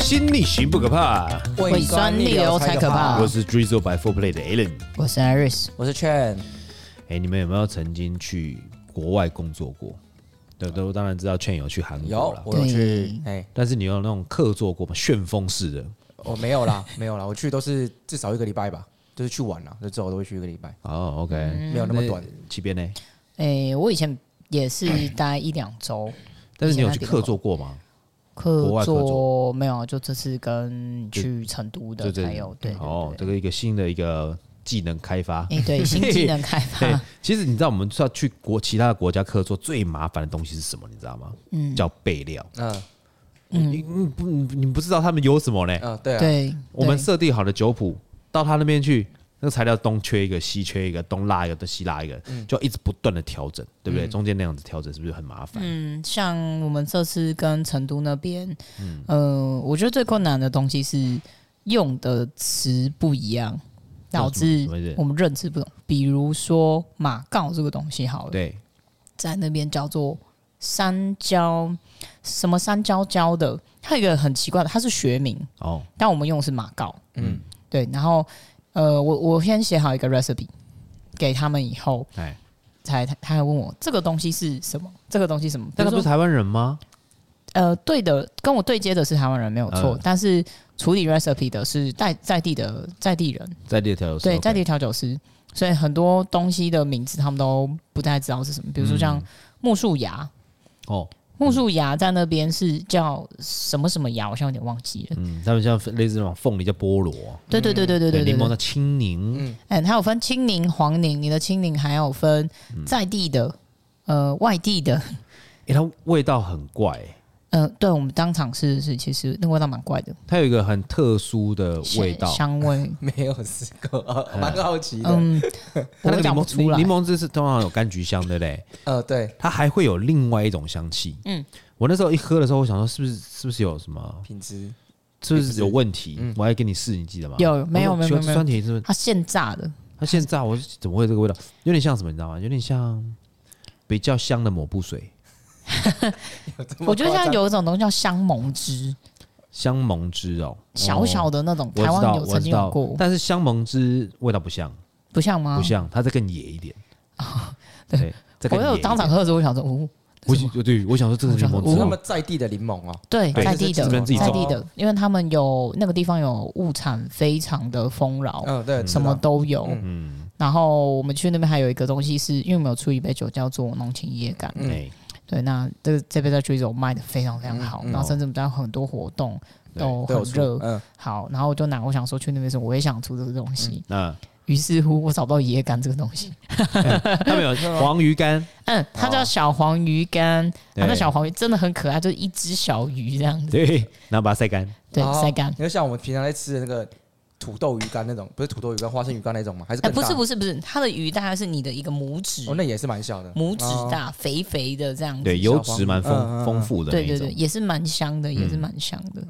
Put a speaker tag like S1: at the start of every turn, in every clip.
S1: 新逆袭不可怕。
S2: 胃酸逆流才可怕
S1: 我是 Drizzle by Four Play 的 Alan。
S2: 我是 Iris，
S3: 我是劝，
S1: 哎、你们有没有曾经去国外工作过？都都当然知道劝有去韩国
S3: 有
S1: 了，
S3: 我有去，哎、
S1: 但是你有那种客座过吗？旋风式的
S3: 我没有啦，没有啦，我去都是至少一个礼拜吧，就是去玩啦，就之后都会去一个礼拜，
S1: 哦，OK，、
S2: 嗯
S3: 没有那么短。
S1: 起边呢？
S2: 诶、我以前 也是大概一两周，
S1: 但是你有
S2: 以前
S1: 去
S2: 那地
S1: 客
S2: 方
S1: 座过吗？国
S2: 客
S1: 外客
S2: 座没有，就这次跟
S1: 就
S2: 去成都的才有，对
S1: 哦，这
S2: 对哎
S1: 个一个新的一个技能开发。
S2: 对，诶、 对，新技能开
S1: 对
S2: 发，，
S1: 其实你知道我们要去国其他的国家客座最麻烦的东西是什么？你知道吗？
S2: 嗯
S1: 叫备料。
S3: 嗯
S1: 你你不你不知道他们有什么呢？
S3: 嗯，对啊，
S2: 对，
S1: 我们
S2: 对
S1: 设定好的酒谱到他那边去，那个材料东缺一个，西缺一个，东拉一个，西拉一个，就一直不断的调整，对不对？中间那样子调整是不是很麻烦？
S2: 嗯，像我们这次跟成都那边，嗯、呃，我觉得最困难的东西是用的词不一样，
S1: 那什
S2: 导
S1: 么
S2: 致
S1: 什么意思
S2: 我们认知不同。比如说马告这个东西，好了，
S1: 对，
S2: 在那边叫做山椒，什么山椒椒的，它有一个很奇怪的，它是学名，
S1: 哦，
S2: 但我们用的是马告。
S3: 嗯，
S2: 对，然后呃，我我先写好一个 recipe 给他们，以后
S1: 哎，
S2: 才他他还问我这个东西是什么，这个东西什么，
S1: 但他
S2: 比
S1: 不
S2: 如
S1: 是
S2: 说
S1: 台湾人吗？
S2: 呃，对的，跟我对接的是台湾人没有错，
S1: 嗯
S2: 但是处理 recipe 的是在在地的在地人，
S1: 在地的调酒师，
S2: 对，
S1: OK
S2: 在地调酒师，所以很多东西的名字他们都不太知道是什么，
S1: 嗯
S2: 比如说像木树芽，
S1: 哦，
S2: 木树芽在那边是叫什么什么芽，我现在有点忘记了。
S1: 嗯，他们像类似那种凤梨叫菠萝，
S2: 对对对对对对
S1: 柠檬
S2: 对，
S1: 叫青柠，
S2: 哎，它有分青柠、黄柠，你的青柠还有分在地的，呃，外地的，
S1: 哎，它味道很怪，
S2: 呃，对我们当场试试，其实那个味道蛮怪的，
S1: 它有一个很特殊的味道，
S2: 香味，
S3: 没有试过，呃蛮好奇的。
S2: 嗯，
S1: 它
S2: 我
S1: 那个柠
S2: 讲不
S1: 檬
S2: 出来
S1: 柠，檬汁是通常有柑橘香，对不对？
S3: 呃，对，
S1: 它还会有另外一种香气。嗯
S2: 嗯，
S1: 我那时候一喝的时候，我想说是不是是不是有什么，
S3: 品质
S1: 是不
S3: 也不
S1: 是
S3: 是
S1: 有问题？我还给你试，你记得吗？
S2: 有没有
S1: 我说
S2: 没
S1: 奇怪
S2: 有没有
S1: 这酸甜是不是？
S2: 它现榨的，
S1: 它现在我怎么会有这个味道？有点像什么，你知道吗？有点像比较香的抹布水，
S2: 我觉得像有一种东西叫香檬汁，
S1: 香檬汁哦，
S2: 小小
S1: 的。
S2: 的那种，
S1: 哦我
S2: 台
S1: 知
S2: 湾
S1: 道，
S2: 有
S1: 我
S2: 曾
S1: 知
S2: 经
S1: 道
S2: 有过，，
S1: 但是香檬汁味道不像，
S2: 不像吗？
S1: 不像，它再更野一点。
S2: 对
S1: 对，再更
S2: 我
S1: 野一
S2: 有
S1: 点
S2: 当场，喝的时候，我想说，哦，
S1: 我想对，我想说这个是柠檬
S3: 有
S1: 汁
S3: 那
S1: 哦
S3: 么，在地的柠檬哦，
S2: 对，
S1: 对
S2: 在地的
S1: 这是自己啊
S2: 在
S1: 种
S2: 地的，因为他们有那个地方有物产非常的丰饶，
S3: 嗯，对，
S2: 哦什么都有。
S1: 嗯，
S2: 然后我们去那边还有一个东西是，因为我们有出一杯酒叫做浓情夜感，
S3: 嗯
S1: 哎，
S2: 对，那这这杯在 d r i z 卖的非常非常好，
S3: 嗯嗯
S2: 然后甚至我们在很多活动
S1: 对
S2: 都
S3: 都
S2: 很
S3: 有出
S2: 热，
S3: 嗯，
S2: 好，然后我就拿，我想说去那边的时候我也想出这个东西，
S1: 那
S2: 于是乎我找不到野感这个东西，
S1: 他们有 黄鱼干，
S2: 嗯，它
S3: 哦
S2: 叫小黄鱼干，它那
S1: 对
S2: 小黄鱼真的很可爱，就是一只小鱼这样子，
S1: 对，然后把它晒干，
S2: 对，
S3: 哦
S2: 晒干
S3: 你。就像我们平常在吃的那个土豆鱼干那种，不是土豆鱼干、花生鱼干那种吗？还是
S2: 哎，
S3: 更
S2: 不
S3: 大
S2: 是不是不是，它的鱼大概是你的一个拇指，
S3: 哦，那也是蛮小的，
S2: 拇指
S3: 哦
S2: 大，肥肥的这样子。
S1: 对，油脂蛮
S3: 嗯嗯
S1: 丰
S3: 嗯
S1: 丰富的那
S2: 对
S1: 一
S2: 对
S1: 种
S2: 对，。也是蛮香的，也是蛮香的，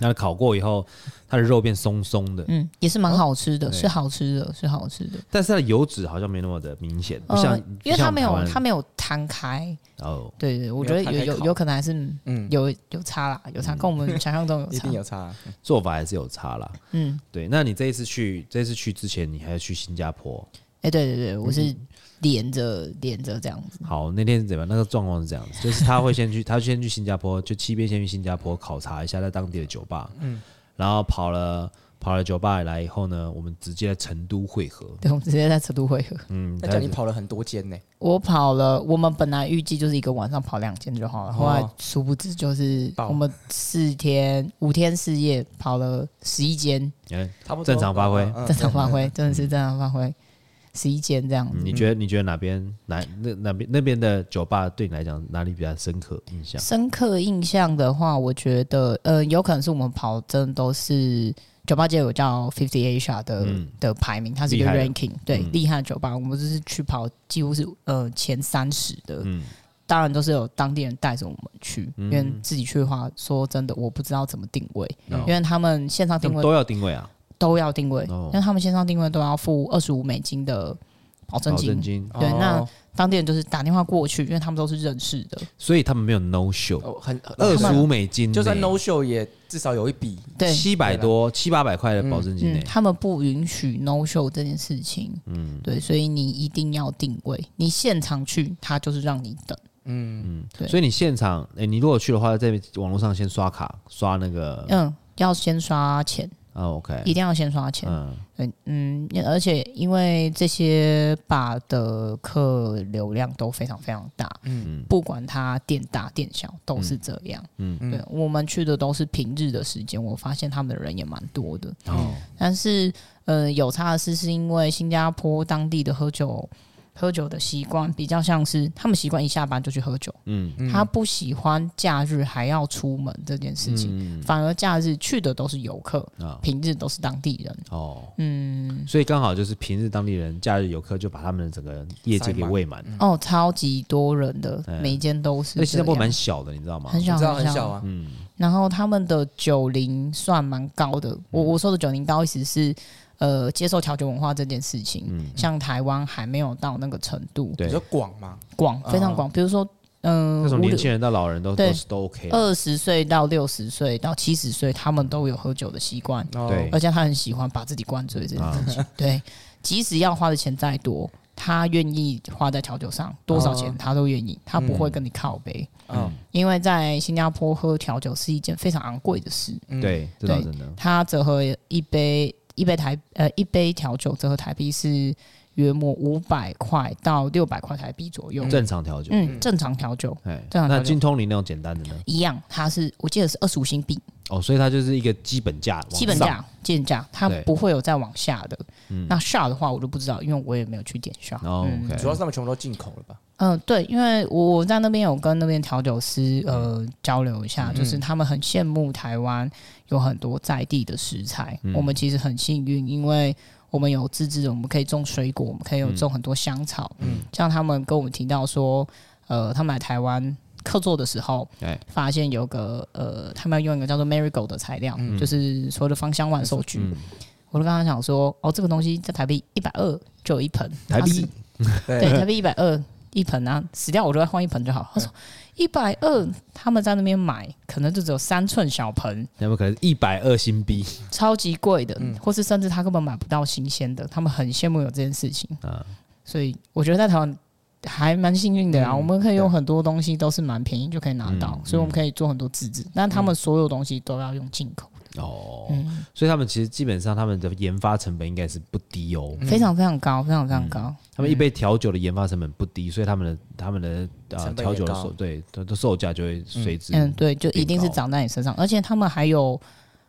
S1: 那烤过以后，它的肉变松松的，
S2: 嗯，也是蛮好吃的，
S1: 对
S2: 是好吃的，是好吃的。
S1: 但是它的油脂好像没那么的明显，不像
S2: 呃，因为它没有它
S1: 它
S2: 没有摊开，
S1: 哦，
S2: 对对，我
S3: 没
S2: 觉
S3: 有
S2: 得
S3: 摊
S2: 有
S3: 开
S2: 有
S3: 烤
S2: 有可能还是
S3: 嗯，
S2: 有有差啦，有差，跟我们想象中有
S3: 一
S2: 差
S3: 定。有差，啊
S1: 做法还是有差啦。
S2: 嗯，
S1: 对，那你这一次去，这一次去之前，你还要去新加坡。
S2: 哎，对对对，我是连着连着这样子。
S1: 好，那天是怎么样？那个状况是这样子，就是他会先 去，他先去新加坡，就七边先去新加坡考察一下在当地的酒吧，嗯，然后跑了跑了酒吧来以后呢，我们直接在成都汇合，
S2: 对，我们直接在成都汇合。
S1: 嗯，
S3: 那叫你跑了很多间呢，
S2: 我跑了，我们本来预计就是一个晚上跑两间就好了，
S3: 哦
S2: 后来殊不知就是
S3: 爆
S2: 我们四天五天四夜跑了十一间，
S1: 哎
S3: 差不多
S1: 正常发挥
S3: 嗯
S2: 正常发挥，真的是正常发挥，十一间这样子。
S1: 你觉得你觉得哪边哪那哪边那边的酒吧对你来讲哪里比较深刻印象？
S2: 深刻印象的话，我觉得呃，有可能是我们跑真的都是酒吧界有叫 Fifty Asia 的、
S1: 嗯
S2: 的排名，它是一个
S1: 厉害的
S2: ranking，对，
S1: 嗯
S2: 厉害的酒吧，我们就是去跑几乎是呃前三十的，
S1: 嗯，
S2: 当然都是有当地人带着我们去，因为自己去的话，说真的我不知道怎么定位，
S1: 嗯
S2: 因为他们线上
S1: 他
S2: 定
S1: 们
S2: 位
S1: 都要定位啊，
S2: 都要定位，
S1: 哦
S2: 因为他们线上定位都要付二十五美金的保证
S1: 保
S2: 哦金
S1: 证。金，
S2: 对那
S3: 哦
S2: 当地人就是打电话过去，因为他们都是认识的，
S1: 所以他们没有 no show，
S3: 哦很
S1: 二
S3: 很
S1: 十五美金呢，
S3: 就算 no show 也至少有一笔，
S2: 对，
S1: 七百多七八百块的保证金呢
S2: 嗯，，他们不允许 no show 这件事情，嗯，对，所以你一定要定位，你现场去，他就是让你等，
S3: 嗯，
S2: 对
S1: 所以你现场，哎、你如果去的话，在网络上先刷卡，刷那个，
S2: 嗯，哎要先刷钱，
S1: 啊，OK，
S2: 一定要先刷钱，
S1: 嗯，
S2: 对，嗯，而且因为这些吧的客流量都非常非常大，嗯，不管它店大店小都是这样，
S1: 嗯
S2: 嗯，对，我们去的都是平日的时间，我发现他们的人也蛮多的，
S1: 哦，
S2: 但是呃，有差的是，是因为新加坡当地的喝酒喝酒的习惯比较像是他们习惯一下班就去喝酒，
S1: 嗯
S2: 他不喜欢假日还要出门这件事情，
S1: 嗯，
S2: 反而假日去的都是游客，
S1: 啊、
S2: 平日都是当地人。
S1: 哦，
S2: 嗯，
S1: 所以刚好就是平日当地人，假日游客就把他们的整个业界给喂满。
S2: 哦，超级多人的
S1: 嗯对，
S2: 每一间都是这
S1: 那
S2: 样。
S1: 新加坡蛮小的，你知道吗？
S2: 很
S3: 你
S2: 小
S3: 知道
S2: 很
S3: 很
S2: 小
S3: 小啊，
S1: 嗯
S2: 然后他们的酒龄算蛮高
S1: 嗯
S2: 的。我我说的酒龄高，意思是呃，接受调酒文化这件事情，
S1: 嗯，
S2: 像台湾还没有到那个程度。
S1: 对
S3: 比，较广嘛，
S2: 广，非常
S3: 啊
S2: 广。比如说，嗯、
S1: 那从
S2: 五
S1: 年
S2: 六
S1: 轻人到老人都
S2: 对
S1: 都是都 OK 了。
S2: 二十岁到六十岁到七十岁，他们都有喝酒的习惯，
S3: 哦
S1: 对
S2: 而且他很喜欢把自己灌醉这
S1: 啊
S2: 件事情。对，即使要花的钱再多，他愿意花在调酒上，多少钱
S3: 哦
S2: 他都愿意，他不会跟你靠背。
S3: 嗯，
S2: 因为在新加坡喝调酒是一件非常昂贵的事，
S3: 嗯，
S1: 对，这倒真的。
S2: 它折合一杯一杯台呃一杯调酒折合台币是约莫五百块到六百块台币左右。
S1: 正常调酒。
S2: 嗯，正常调酒，
S1: 哎，
S2: 正常调
S1: 那
S2: 酒
S1: 精通灵那种简单的呢？
S2: 一样，它是我记得是二十五新币，
S1: 哦，所以它就是一个基本价，往
S2: 基本
S1: 上。
S2: 价，基本价，它
S1: 对
S2: 不会有再往下的。那下的话我就不知道，因为我也没有去点下。
S1: 哦
S2: 嗯
S1: OK，
S3: 主要是他们全部都进口了吧？
S2: 嗯、对，因为我在那边有跟那边调酒师呃
S1: 嗯
S2: 交流一下，就是他们很羡慕台湾有很多在地的食材，
S1: 嗯
S2: 我们其实很幸运，因为。我们有自制的，我们可以种水果，我们
S1: 嗯
S2: 可以有种很多香草。嗯，像他们跟我们提到说，呃，他们来台湾客座的时候，
S1: 哎
S2: 发现有个呃，他们要用一个叫做 marigold 的材料，就是所有的芳香万寿菊。
S1: 嗯
S2: 我就跟他讲说，哦，这个东西在台币一百二就有一盆，
S1: 台
S2: 它是
S1: 币
S2: 对，台币一百二一盆啊，死掉我就再换一盆就好。他说一百二，他们在那边买可能就只有三寸小盆，
S1: 有没有可能一百二新币？
S2: 超级贵的，或是甚至他根本买不到新鲜的，他们很羡慕有这件事情。
S1: 啊
S2: 所以我觉得在台湾还蛮幸运的啦，啊
S3: 嗯
S2: 我们可以有很多东西都是蛮便宜就可以拿到，
S1: 嗯
S2: 所以我们可以做很多自制，但他们所有东西都要用进口，
S1: 哦，
S2: 嗯，
S1: 所以他们其实基本上他们的研发成本应该是不低哦，
S2: 非嗯常非常高，非常非常高。
S1: 他们一杯调酒的研发成本不低，所以他们的他们的呃
S3: 成本
S1: 调
S3: 也
S1: 酒的
S3: 高
S1: 售对它的售价就会随之
S2: 嗯，对，就一定是
S1: 变高
S2: 长在你身上，而且他们还有，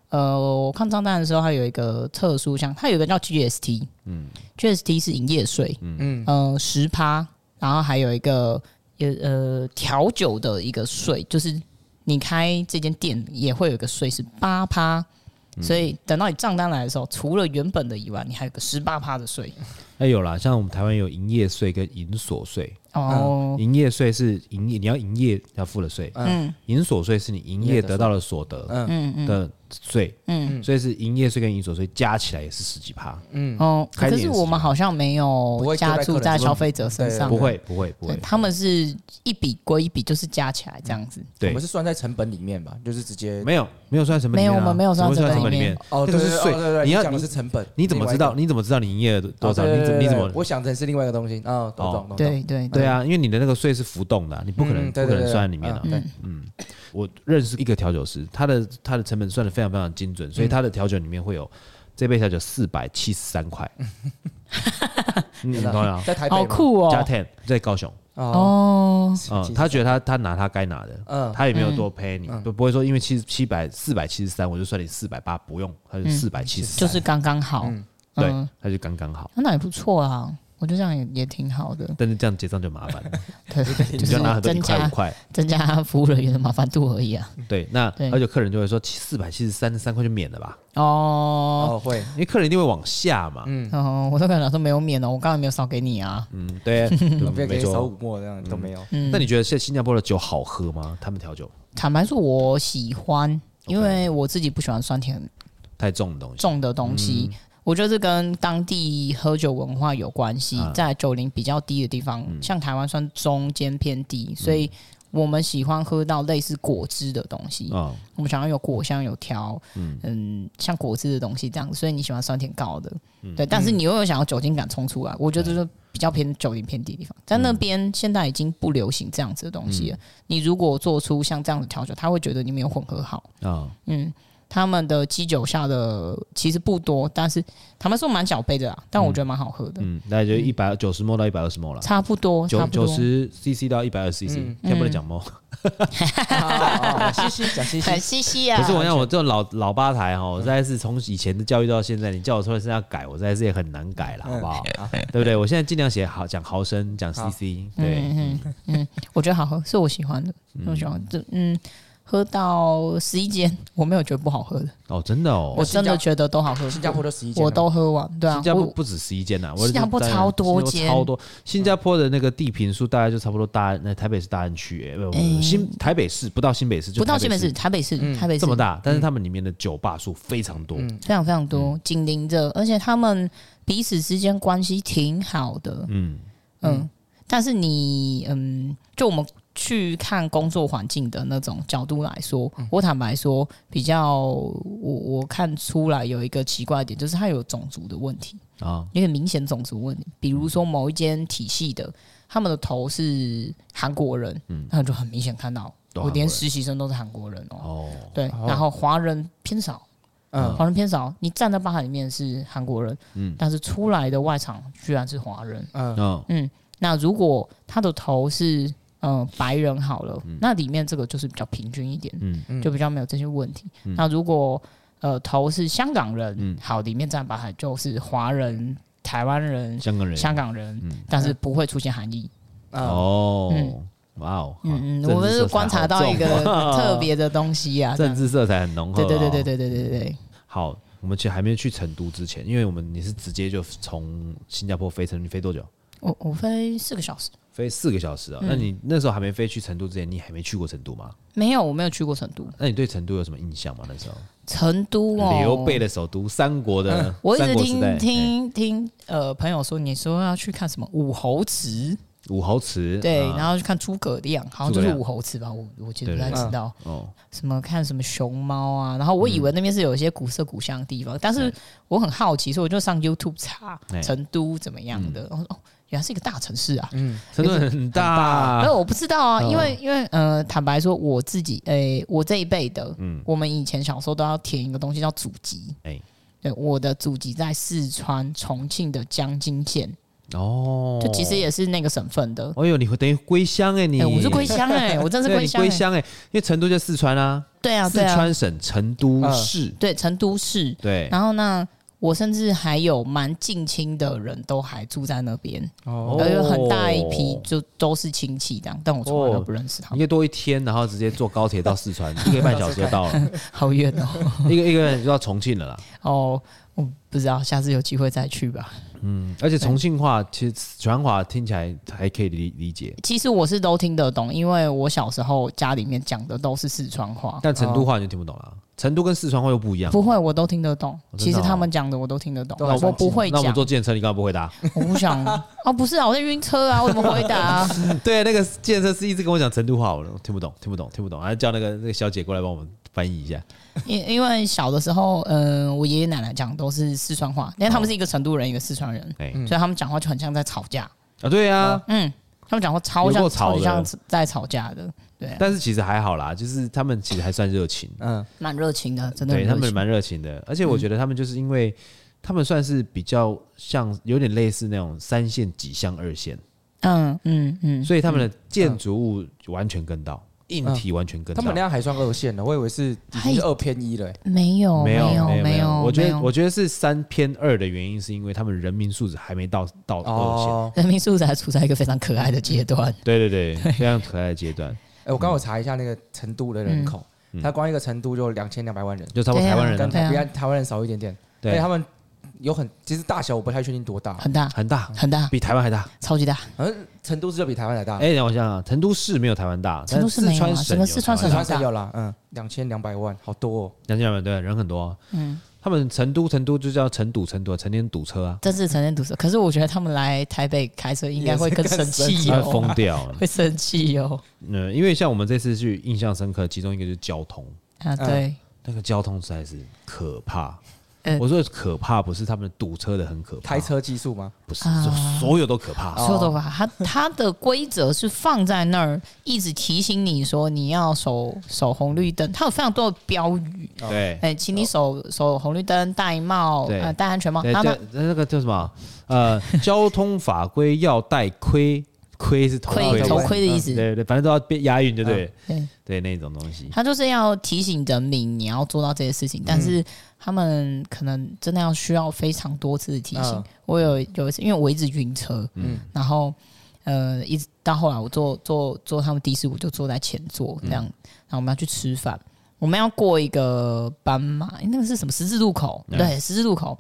S2: 呃，我看账单的时候，还有一个特殊项，它有一个叫 GST，嗯，GST 是营业税，嗯，呃，十趴，然后还有一个有呃调酒的一个税，就是你开这间店也会有一个税是八趴。所以等到你账单来的时候，除了原本的以外，你还有个十八趴的税
S1: 哎、有啦，像我们台湾有营业税跟营所税，
S2: 哦。
S1: 营业税是营业你要营业要付的税，
S2: 嗯
S1: 营所税是你营业得到的所得
S2: 嗯嗯
S1: 的税，
S2: 嗯，
S1: 所以是营业税跟营所税加起来也是十几趴，
S2: 哦，
S1: 开
S2: 可
S1: 店
S2: 是
S1: 也是
S2: 我们好像没
S3: 不
S2: 有
S3: 会
S2: 加注在消费者身上，
S1: 不会不会不
S2: 对，
S1: 会，
S2: 他们是一笔归一笔，就是加起来这样子。
S1: 对
S3: 我们是算在成本里面吧，就是直接
S1: 没有没有算成本里
S2: 没有
S1: 面啊，
S2: 我们没有
S1: 怎么会
S2: 算
S1: 算
S2: 成
S1: 成本
S2: 本里
S1: 里
S2: 面
S1: 面，
S3: 哦，
S1: 这
S3: 对
S1: 个
S3: 对
S1: 是
S3: 对
S1: 税
S3: 哦对对，
S1: 你要
S3: 讲的
S1: 你
S3: 是成本，
S1: 你怎么知道你怎么知道你营业多少？
S3: 哦
S1: 你怎
S3: 对对对
S1: 你怎
S3: 对
S1: 么
S3: 我想成是另外一个东西，哦，懂
S1: 哦
S3: 懂懂，
S2: 对对
S1: 对，啊，因为你的那个税是浮动的啊、你不可能、
S3: 嗯对
S1: 不可
S3: 对
S1: 能
S3: 对
S1: 算在里面啊。
S3: 嗯
S2: 嗯
S1: 我认识一个调酒师，他的他的成本算的非常非常精准，所以他的调酒里面会有这杯调酒四百七十三 块，你你懂吗？
S3: 在台北
S2: 好
S3: 吗，
S2: 酷
S1: 加
S2: 哦！
S1: ten 在高雄，
S3: 哦，
S2: 哦，
S1: 嗯，他觉得他他拿他该拿的，
S3: 嗯
S1: 他也没有多 pay 你，不不会说因为七七百四百七十三，我就算你四百八，不用，他就四百七十，
S2: 嗯就是刚刚好。
S3: 嗯
S1: 对
S2: 嗯，
S1: 他就刚刚好。
S2: 那也不错啊，我觉得这样也也挺好的，
S1: 但是这样结账就麻烦了，
S2: 对，
S1: 你
S2: 就
S1: 就要拿
S2: 是
S1: 很多一
S2: 增
S1: 块五
S2: 加
S1: 块，
S2: 增加服务人员的麻烦度而已啊。
S1: 对，那
S2: 对
S1: 而且客人就会说四百七十三三块就免了吧，
S2: 哦，
S3: 哦会，
S1: 因为客人一定会往下嘛。嗯，
S2: 哦，我都跟他讲说没有免哦，我刚才没有少给你啊。
S1: 对， 嗯
S3: 我不要
S1: 没
S3: 给少五
S1: 错。嗯
S3: 墨这样都没有，
S2: 嗯
S1: 那你觉得现在新加坡的酒好喝吗？他们调酒
S2: 坦白说，我喜欢，因为我自己不喜欢酸甜
S1: 太重的东西，
S2: 重的东西。我觉得这跟当地喝酒文化有关系，在酒龄比较低的地方，像台湾算中间偏低，所以我们喜欢喝到类似果汁的东西。
S1: 哦，
S2: 我们想要有果香、有调，嗯，像果汁的东西这样子，所以你喜欢酸甜高的，对，但是你又有想要酒精感冲出来，我觉得这就比较偏酒精偏低的地方，在那边现在已经不流行这样子的东西了。你如果做出像这样的调酒，他会觉得你没有混合好，
S1: 哦，
S2: 嗯，他们的基酒下的其实不多，但是他们说蛮小杯的啦，但我觉得蛮好喝的，
S1: 嗯，那就一百九十 ml 到一百二十 ml 了。
S2: 差不多，差
S1: 九
S2: 不
S1: 九
S2: 多。
S1: 十 CC 到一百二十 CC，
S3: 嗯
S1: 现在不能讲 ml。
S3: 啊嘻嘻讲 嘻嘻
S2: 很，嘻嘻啊！
S1: 可是我让我这种老老吧台
S2: 嗯
S1: 哈，我实在是从以前的教育到现在，你叫我说现在要改，我实在是也很难改了，好不
S2: 嗯
S1: 好？对不对？我现在尽量写好讲毫升，讲
S3: 好
S1: CC，对，
S2: 嗯嗯嗯，我觉得好喝，是我喜欢的，我喜欢的。嗯，喝到十一间，我没有觉得不好喝的，
S1: 哦，真的哦
S2: 我，真的觉得都好喝。
S3: 新加坡都十一间了，
S2: 我都喝完，对啊
S1: 新，加坡
S2: 我
S1: 不止十一间啊呐，我
S2: 新加坡超多间
S1: 新加坡超多。新加坡的那个地坪数大概就差不多大，那台北是大安区，哎不不不，新台北市不到新北市，就
S2: 嗯不到
S1: 台
S2: 新
S1: 北
S2: 北市，嗯台北市，台北市
S1: 这么大，但是他们里面的酒吧数非常多，
S2: 非常非常多，
S1: 嗯
S2: 紧邻着，而且他们彼此之间关系挺好的，嗯但是你，嗯，就我们去看工作环境的那种角度来说，我坦白说，比较我我看出来有一个奇怪点，就是它有种族的问题，
S1: 啊，
S2: 有点明显种族问题，比如说某一间体系的，他们的头是韩国人，那就很明显看到，
S1: 嗯都
S2: 我
S1: 韩国
S2: 连
S1: 人
S2: 实习生都是韩国人哦，
S1: 哦，
S2: 对，
S3: 哦
S2: 然后华人偏少。
S3: 嗯
S2: 华人偏少，你站在吧台里面是韩国人，但是出来的外场居然是华人。
S3: 嗯
S1: 嗯，
S2: 那如果他的头是嗯、呃白人好了，那里面这个就是比较平均一点，
S1: 嗯
S2: 就比较没有这些问题。那如果呃头是香港人，好，里面站吧台就是华人、台湾人、
S1: 香港人，
S2: 香港人，但是不会出现韩裔。
S3: 嗯，
S1: 哦
S2: 嗯，
S1: 哇哦，
S2: 嗯嗯，
S1: 政
S2: 我们
S1: 治
S2: 是
S1: 色彩
S2: 观
S1: 好
S2: 察到一
S1: 重
S2: 个
S1: 哦
S2: 特别的东西啊，这
S1: 政
S2: 样
S1: 治色彩很浓厚，
S2: 对对对对。对对对对对，
S1: 好，我们其实还没去成都之前，因为我们你是直接就从新加坡飞成都，飞多久？
S2: 我我飞四个小时。
S1: 飞四个小时啊、
S2: 嗯
S1: 那你那时候还没飞去成都之前，你还没去过成都吗？
S2: 没有，我没有去过成都。
S1: 那你对成都有什么印象吗？那时候、
S2: 成都哦，嗯
S1: 刘备的首都，三国的，
S2: 我一
S1: 三
S2: 直
S1: 国时代哎
S2: 听听听呃朋友说，你说要去看什么武侯祠，
S1: 哎武侯祠，
S2: 对，
S1: 啊
S2: 然后去看诸葛亮，好像
S1: 诸葛
S2: 就是
S1: 亮
S2: 武侯祠吧，我我记得
S1: 对
S2: 不太
S1: 对
S2: 知
S3: 对
S2: 道
S1: 哦，
S2: 什么看什么熊猫啊，然后我
S1: 嗯
S2: 以为那边是有一些古色古香的地方，但是我很好奇，所以我就上 YouTube 查
S1: 哎嗯
S2: 成都怎么样的，然后说哦，原来是一个大城市啊。
S1: 成都很
S2: 没
S1: 大，
S2: 有，我不知道啊，
S1: 嗯
S2: 因为因为呃，坦白说，我自己诶、我这一辈的，我们以前小时候都要填一个东西叫祖籍，
S1: 嗯哎
S2: 对，我的祖籍在四川重庆的江津县，
S1: 哦，
S2: 就其实，也是那个省份的。
S1: 哎呦，你会等于归乡哎、你、
S2: 哎、我是归乡哎、 我真的是
S1: 对
S2: 归
S1: 你
S2: 乡、
S1: 归
S2: 欸。
S1: 乡哎、因为成都在四川啊，
S2: 对啊，
S1: 四
S2: 对啊，
S1: 川省成都
S3: 嗯
S1: 市，
S2: 对成都市。
S1: 对，
S2: 然后呢，我甚至还有蛮近亲的人都还住在那边，
S3: 哦，
S1: 哦
S2: 还有很大一批就都是亲戚这样，但我从来都不认识他
S1: 你
S2: 们，
S1: 可以多一天，然后直接坐高铁到四 川，一个半小时就到了，
S2: 好远哦。
S1: 一个一个人就到重庆了啦。
S2: 哦，我不知道，下次有机会再去吧。
S1: 嗯，而且重庆话其实四川话听起来还可以理理解，
S2: 其实我是都听得懂，因为我小时候家里面讲的都是四川话，
S1: 但成都话你就听不懂了。成都跟四川话又不一样。
S2: 哦不会，我都听得懂。
S1: 哦真的
S2: 其实
S1: 哦
S2: 他们讲的我都听得懂，
S3: 都还
S2: 我
S3: 算
S2: 不会
S1: 那我们
S2: 讲，
S1: 坐电车，你干嘛不回 答？
S2: 我不想。 哦，不是啊，我在晕车啊，我怎么回答、啊？
S1: 对，那个建设司一直跟我讲成都话，我听不懂，听不懂，听不懂，还叫那个那个小姐过来帮我们翻译一下。
S2: 因因为小的时候，嗯、我爷爷奶奶讲都是四川话，因为他们是一个成都人，一个四川人，
S1: 哎、
S2: 所以他们讲话就很像在吵架。
S1: 啊，对啊，
S2: 嗯，他们讲话超
S1: 有
S2: 像
S1: 够吵
S2: 超级
S1: 的
S2: 像在吵架的，对啊、
S1: 但是其实还好啦，就是他们其实还算热情，
S3: 嗯
S2: 蛮热情的，真的很嗯
S1: 对
S2: 热
S1: 他
S2: 情。
S1: 们蛮热情的，而且我觉得他们就是因为他们算是比较像有点类似那种三线几乡二线，
S2: 嗯嗯嗯，
S1: 所以他们的建筑物完全跟到，硬体完全跟到。
S3: 他们那样还算二线的，我以为是已经是二偏一了欸，
S2: 没有
S1: 没
S2: 有
S1: 没
S2: 哦没
S1: 有，我觉
S2: 没
S1: 得
S2: 有
S1: 我觉得是三偏二的原因，是因为他们人民素质还没到到二线。
S3: 哦，
S2: 人民素质还处在一个非常可爱的阶段。
S1: 对对 对，非常可爱的阶段，
S3: 哎，我
S1: 嗯
S3: 刚刚有查一下那个成都的人口，他光一个成都就两千两百万人，
S1: 就差不多
S2: 对啊
S1: 台湾人
S3: 跟
S1: 嗯啊
S2: 对啊
S3: 台比台湾人少一点点，而且
S1: 对啊嗯
S3: 他们有很其实大小我不太确定多大，
S2: 很大，
S1: 很大，
S2: 很大，
S1: 比台湾还大。
S2: 超级大。
S3: 好像成都市就比台湾还大，
S1: 哎，让我想想，成都市没有台湾大，
S2: 成都市
S1: 但
S2: 没
S1: 四
S2: 有啊
S1: 川
S2: 整
S1: 省
S2: 个
S1: 有
S2: 四川
S1: 台
S2: 省
S1: 湾
S3: 台
S1: 大
S3: 湾有啦，嗯，两千两百万，好多哦，
S1: 两千两百对人很多啊。
S2: 嗯，
S1: 他们成都成都就叫成堵成堵，成天堵车啊，
S2: 真是成天堵塞。可是我觉得他们来台北开车应该会更生 气
S1: 他
S2: 哦
S1: 会，疯掉。
S2: 会生气哦。
S1: 嗯，因为像我们这次去印象深刻，其中一个就是交通，
S2: 啊，
S1: 嗯
S2: 对，
S1: 那个交通实在是可怕。
S2: 呃
S1: 我说的可怕不是他们堵车的很可怕，
S3: 开车技术吗？嗯
S1: 不是，
S2: 啊哦
S1: 就所有都可怕。
S2: 说的吧，它它的规则是放在那儿，一直提醒你说你要守守红绿灯，它有非常多的标语，
S1: 对，
S2: 哎，请你守守红绿灯，戴帽，
S1: 哦对
S2: 呃，戴安全帽，
S1: 对，
S2: 然后它
S1: 这那个叫什么？ 呃，交通法规要戴盔，盔是头盔
S2: 盔
S1: 的，
S2: 头盔的意思，
S1: 对对，反正都要变押韵，对不对？
S2: 对
S1: 对，那种东西。
S2: 他就是要提醒人民你要做到这些事情，但是他们可能真的要需要非常多次的提醒。
S3: 嗯
S2: 我有有一次，因为我一直晕车，
S3: 嗯
S2: 然后呃，一直到后来我坐坐坐他们的士，我就坐在前座这样，然后我们要去吃饭。我们要过一个斑马，诶那个是什么十字路口？
S1: 嗯
S2: 对，十字路口。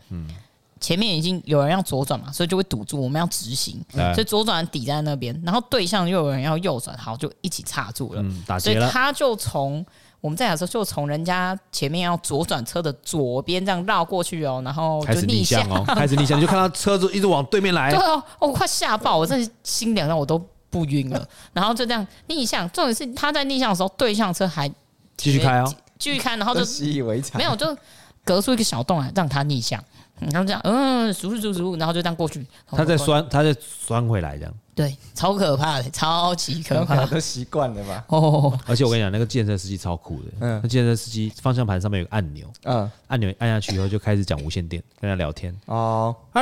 S2: 前面已经有人要左转嘛，所以就会堵住。我们要直行，
S1: 对
S2: 所以左转抵在那边，然后对向又有人要右转，好，就一起岔住了。
S1: 嗯，打
S2: 所以
S1: 结了，
S2: 他就从我们在的时候就从人家前面要左转车的左边这样绕过去哦，然后
S1: 开
S2: 就
S1: 始逆
S2: 向
S1: 向。哦，开始逆向，你就看到车子一直往对面来
S2: 对。哦，哦我快吓爆，我真的心凉到我都不晕了。 然后就这样逆向，重点是他在逆向的时候，对向车还
S1: 继续开哦，
S2: 继续开，然后就
S3: 都习以为常
S2: 没。有就隔出一个小洞来让他逆向。然后这样，嗯，数数数数，然后就这样过去。
S1: 他在，酸，他在酸回来这样。
S2: 对，超可怕的，超级可
S3: 可
S2: 怕
S3: 能都习惯了吧？
S2: 哦。
S1: 而且我跟你讲，那个健身司机超酷的，
S3: 嗯
S1: 那健身司机方向盘上面有个按钮，
S3: 嗯，
S1: 按钮按下去以后就开始讲无线电，跟他聊天。
S3: 哦，
S1: 啊，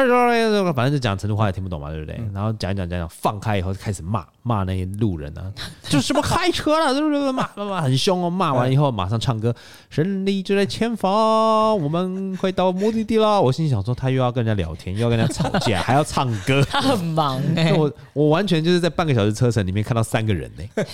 S1: 反正就讲成都话也听不懂嘛，对不对？然后讲一讲讲一讲，放开以后就开始骂骂那些路人啊，就什么开车了，就是骂骂骂很凶哦。骂完以后马上唱歌，胜利就在前方，我们快到目的地了。我心里想说，他又要跟人家聊天，又要跟人家吵架，还要唱歌。
S2: 他很忙哎、
S1: 那我我完全就是在半个小时车程里面看到三个人呢、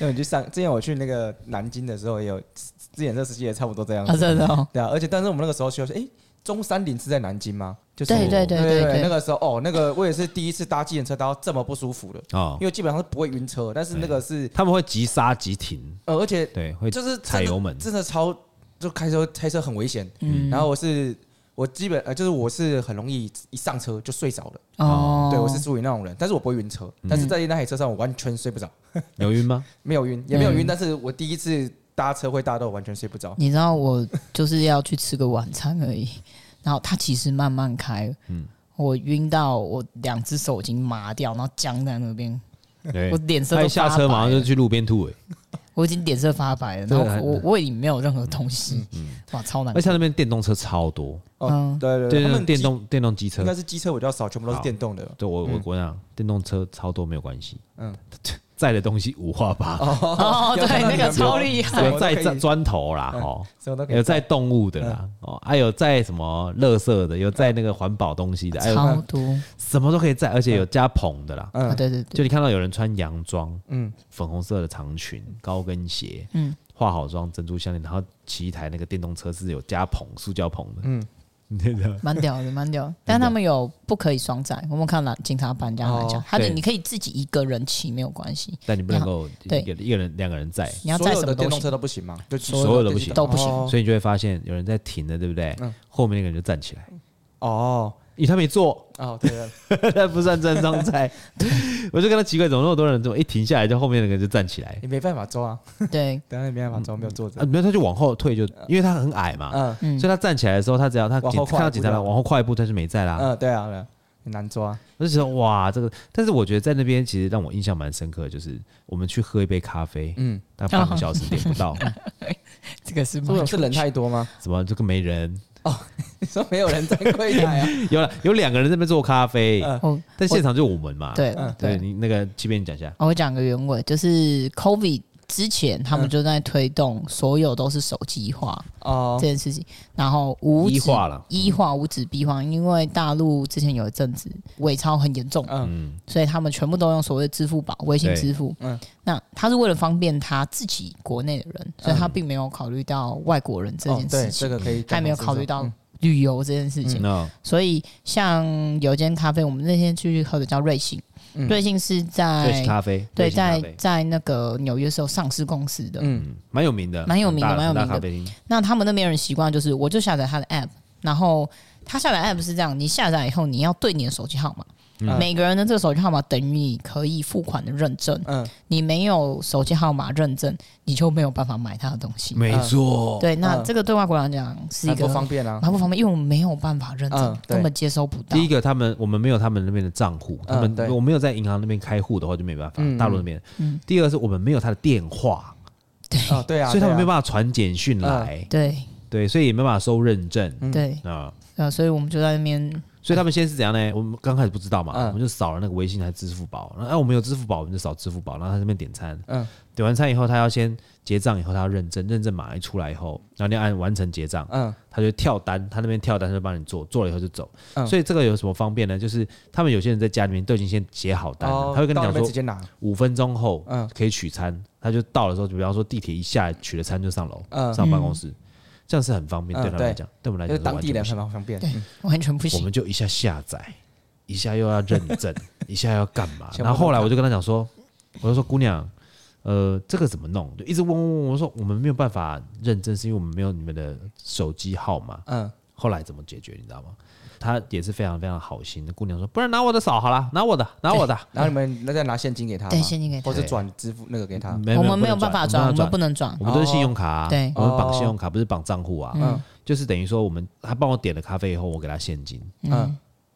S3: 因为你去上，之前我去那个南京的时候，也有之前这司机也差不多这样
S2: 啊，
S3: 子。
S2: 真的哦，
S3: 对啊，而且但是我们那个时候去，哎，中山陵是在南京吗？就是
S2: 对对
S3: 对
S2: 对对
S3: 那个时候哦，那个我也是第一次搭计程车搭到这么不舒服的，
S1: 哦
S3: 因，为基本上是不会晕车，但是那个是
S1: 他们会急刹急停，
S3: 呃，而且
S1: 对，会
S3: 就是真的
S1: 踩油门
S3: 真的超就开车开车很危险。
S2: 嗯，
S3: 然后我是我基本呃就是我是很容易一上车就睡着了，
S2: 哦，嗯
S3: 对我是属于那种人，但是我不会晕车，但是在那台车上我完全睡不着，
S1: 有晕 吗？
S3: 没有晕也没有晕，
S2: 嗯
S3: 但是我第一次搭车会搭到我完全睡不着。
S2: 你知道我就是要去吃个晚餐而已，然后他其实慢慢开，嗯，我晕到我两只手已经麻掉，然后僵在那边，
S1: 对
S2: 我，脸色
S1: 他
S2: 都
S1: 一下
S2: 发
S1: 车
S2: 白
S1: 马上就
S2: 了
S1: 去路边吐、欸，
S2: 我已经脸色发白了，
S1: 对
S2: 然
S1: 啊
S2: 后我我已经没有任何东西，哇，超难
S1: 而且，他那边电动车超多，
S3: 哦
S2: 嗯，
S3: 对对
S1: 对，
S3: 对，
S1: 那
S3: 他
S1: 种
S3: 们
S1: 电
S3: 机
S1: 动电动机车
S3: 应该是机车比较少，全部都是电动的。
S1: 对我我我讲，电动车超多没有关系，嗯
S3: 嗯，
S1: 载的东西五花八门，
S2: 哦，对，那个啊超厉害，
S3: 什
S1: 有
S3: 么都可
S1: 载
S3: 以嗯
S1: 砖砖头啦，哦，
S3: 什么都可以
S1: 有载动物的啦，哦，还有载什么垃圾的，有载那个环保东
S3: 啊
S1: 西的，还有
S2: 超多，
S1: 什么都可以载，而且有加棚的啦。
S2: 啊，
S3: 嗯
S2: 对对
S1: 就
S2: 对，
S1: 你看到有人穿洋装，
S3: 嗯，
S1: 粉红色的长裙、高跟鞋，嗯
S2: 嗯，
S1: 化好妆、珍珠项链，然后骑一台那个电动车是有加棚、塑胶棚的，嗯
S3: 嗯，
S1: 你知道吗？
S2: 蛮屌的，蛮屌的，但他们有不可以双载，我们看了警察版这样来讲
S3: 哦，
S2: 他的
S1: 对
S2: 你可以自己一个人骑没有关系，
S1: 但你不能够
S2: 对
S1: 一个一个人、两个人载，
S2: 你要
S3: 所
S2: 载
S3: 有
S2: 什
S3: 的
S2: 么
S3: 电
S2: 东
S3: 动
S2: 西
S3: 车都不行吗？就
S1: 所有的不行
S2: 都不行
S3: 哦嗯
S1: 所以你就会发现有人在停了，对不对？后面那个人就站起来，
S3: 哦
S1: 因为他没坐，
S3: 哦，对对，
S1: 那不算站桩 菜。我就跟他奇怪，怎么那么多人，怎么一停下来，就后面那个人就站起来？
S3: 你没办法抓啊，
S2: 对，
S3: 等下你没办法抓，没有坐着
S1: 啊，。没有，他就往后退就，因为他很矮嘛，
S3: 嗯
S2: 嗯
S1: 所以他站起来的时候，他只要他
S3: 往
S1: 警
S3: 后
S1: 看
S3: 跨一
S1: 到
S3: 步
S1: 警察
S3: 就
S1: 来，
S3: 好
S1: 往后跨一步，他就没在啦。
S3: 嗯，对啊，对啊很难抓。
S1: 我就觉得哇，这个，但是我觉得在那边其实让我印象蛮深刻的，就是我们去喝一杯咖啡，
S3: 嗯，
S1: 大
S2: 哦
S1: 概半个小时点不 到，
S2: 这个是蛮
S3: 为什么是人
S2: 有趣
S3: 太多吗？
S1: 怎么这个没人？
S3: 你 说没有人在柜台啊？
S1: 有了，有两个人在那边做咖啡，
S3: 嗯
S2: 哦，
S1: 但现场就我们嘛。，
S2: 对
S3: 嗯
S1: 对你那个七边你讲一下。
S2: 哦我讲个原委，就是 COVID 之前，他
S3: 嗯
S2: 们就在推动所有都是手机化这
S3: 哦，
S2: 件事情，然后无
S1: 一
S2: 纸
S1: 化了
S2: 一化无纸币化，因为大陆之前有一阵子伪钞很严重，
S3: 嗯
S1: 嗯，
S2: 所以他们全部都用所谓的支付宝、微信
S1: 对
S2: 支付。
S3: 嗯
S2: 那他是为了方便他自己国内的人，所以他并没有考虑到外国人这
S3: 哦
S2: 件
S3: 对，
S2: 事
S3: 这
S2: 情，
S3: 个可以讲。
S2: 他也没有考虑到
S3: 嗯
S2: 旅游这件事情。
S1: 那
S2: 所以像有一间咖啡，我们那天去喝的叫瑞幸，
S3: 嗯
S2: 瑞幸是
S1: 瑞
S2: 在
S1: 幸咖啡，
S2: 哎对，
S1: 瑞幸咖
S2: 在
S1: 啡
S2: 在那个纽约是有上市公司的，
S3: 嗯
S1: 蛮有名的，
S2: 蛮有名的
S1: 很大
S2: 蛮有
S1: 很大
S2: 名的嗯
S1: 咖啡厅。
S2: 那他们那边人习惯就是，我就下载他的 app，然后它下载 app 是这样，你下载以后你要对你的手机号码，
S3: 嗯
S2: 每个人的这个手机号码等于你可以付款的认证，
S3: 嗯
S2: 你没有手机号码认证，你就没有办法买他的东西。
S1: 没错，
S2: 对，那
S3: 嗯
S2: 这个对外国人来讲是一
S3: 很
S2: 个
S3: 不方便 啊。
S2: 蛮不方便，因为我们没有办法认证，
S3: 嗯对
S2: 根本接收不到
S1: 第。一个，他们我们没有他们那边的账户，他们、
S3: 嗯对
S1: 我没有在银行那边开户的话就没办法，
S3: 嗯
S1: 大陆那边。
S2: 嗯
S1: 第二个是我们没有他的电话，
S2: 对
S3: 啊，对啊，
S1: 所以他们没
S3: 对
S1: 有
S3: 啊
S1: 办法传简讯来，
S2: 对
S1: 对，所以也没办法收认证啊、
S3: 嗯
S2: 对，呃，所以我们就在那边，
S1: 所以他们先是怎样呢？我们刚开始不知道嘛，
S3: 嗯
S1: 我们就扫了那个微信还是支付宝，然后哎我们有支付宝，我们就扫支付宝，然后他这边点餐，
S3: 嗯
S1: 点完餐以后他要先结账，以后他要认证，认证码一出来以后，然后你按完成结账，
S3: 嗯
S1: 他就跳单，他那边跳单他就帮你做，做了以后就走。
S3: 嗯
S1: 所以这个有什么方便呢？就是他们有些人在家里面都已经先写好单了，
S3: 哦
S1: 哎他会跟你
S3: 到那
S1: 讲
S3: 边直
S1: 说
S3: 接拿，
S1: 五分钟后
S3: 嗯
S1: 可以取餐，他就到了之后，就比方说地铁一下取了餐就上楼、
S3: 嗯
S1: 上办公室，这样是很方便，
S3: 嗯
S1: 对他们来讲，对我们来讲
S3: 就
S1: 是
S3: 是当
S1: 哎完
S3: 地
S1: 全
S3: 人
S1: 不行
S3: 很方便。
S2: 对，完全不
S1: 我
S2: 行。
S1: 们就一下下载，一下又要认 证，一下要干嘛？
S3: 全部
S1: 然后后来
S3: 都
S1: 我就跟他讲说，我就说姑娘，呃，这个怎么弄？就一直问问问，我说我们没有办法认证，是因为我们没有你们的手机号码。
S3: 嗯
S1: 后来怎么解决，你知道吗？他也是非常非常好心的姑娘说，不然拿我的扫好了，拿我的，拿我的。
S3: 然后你们那再拿现金给他，
S2: 对，现金给他
S3: 或，者转支付那个给他。
S1: 没
S2: 我们没有
S1: 不能
S2: 办法
S1: 转，
S2: 转，我们
S1: 们
S2: 不能
S1: 不能转，
S2: 转
S1: 我。们都是信用卡啊，
S2: 哦对
S1: 我们绑
S3: 哦
S1: 信用卡，不是绑账户啊，
S3: 嗯
S1: 就是等于说我们他帮我点了咖啡以后，我给他现金，
S3: 嗯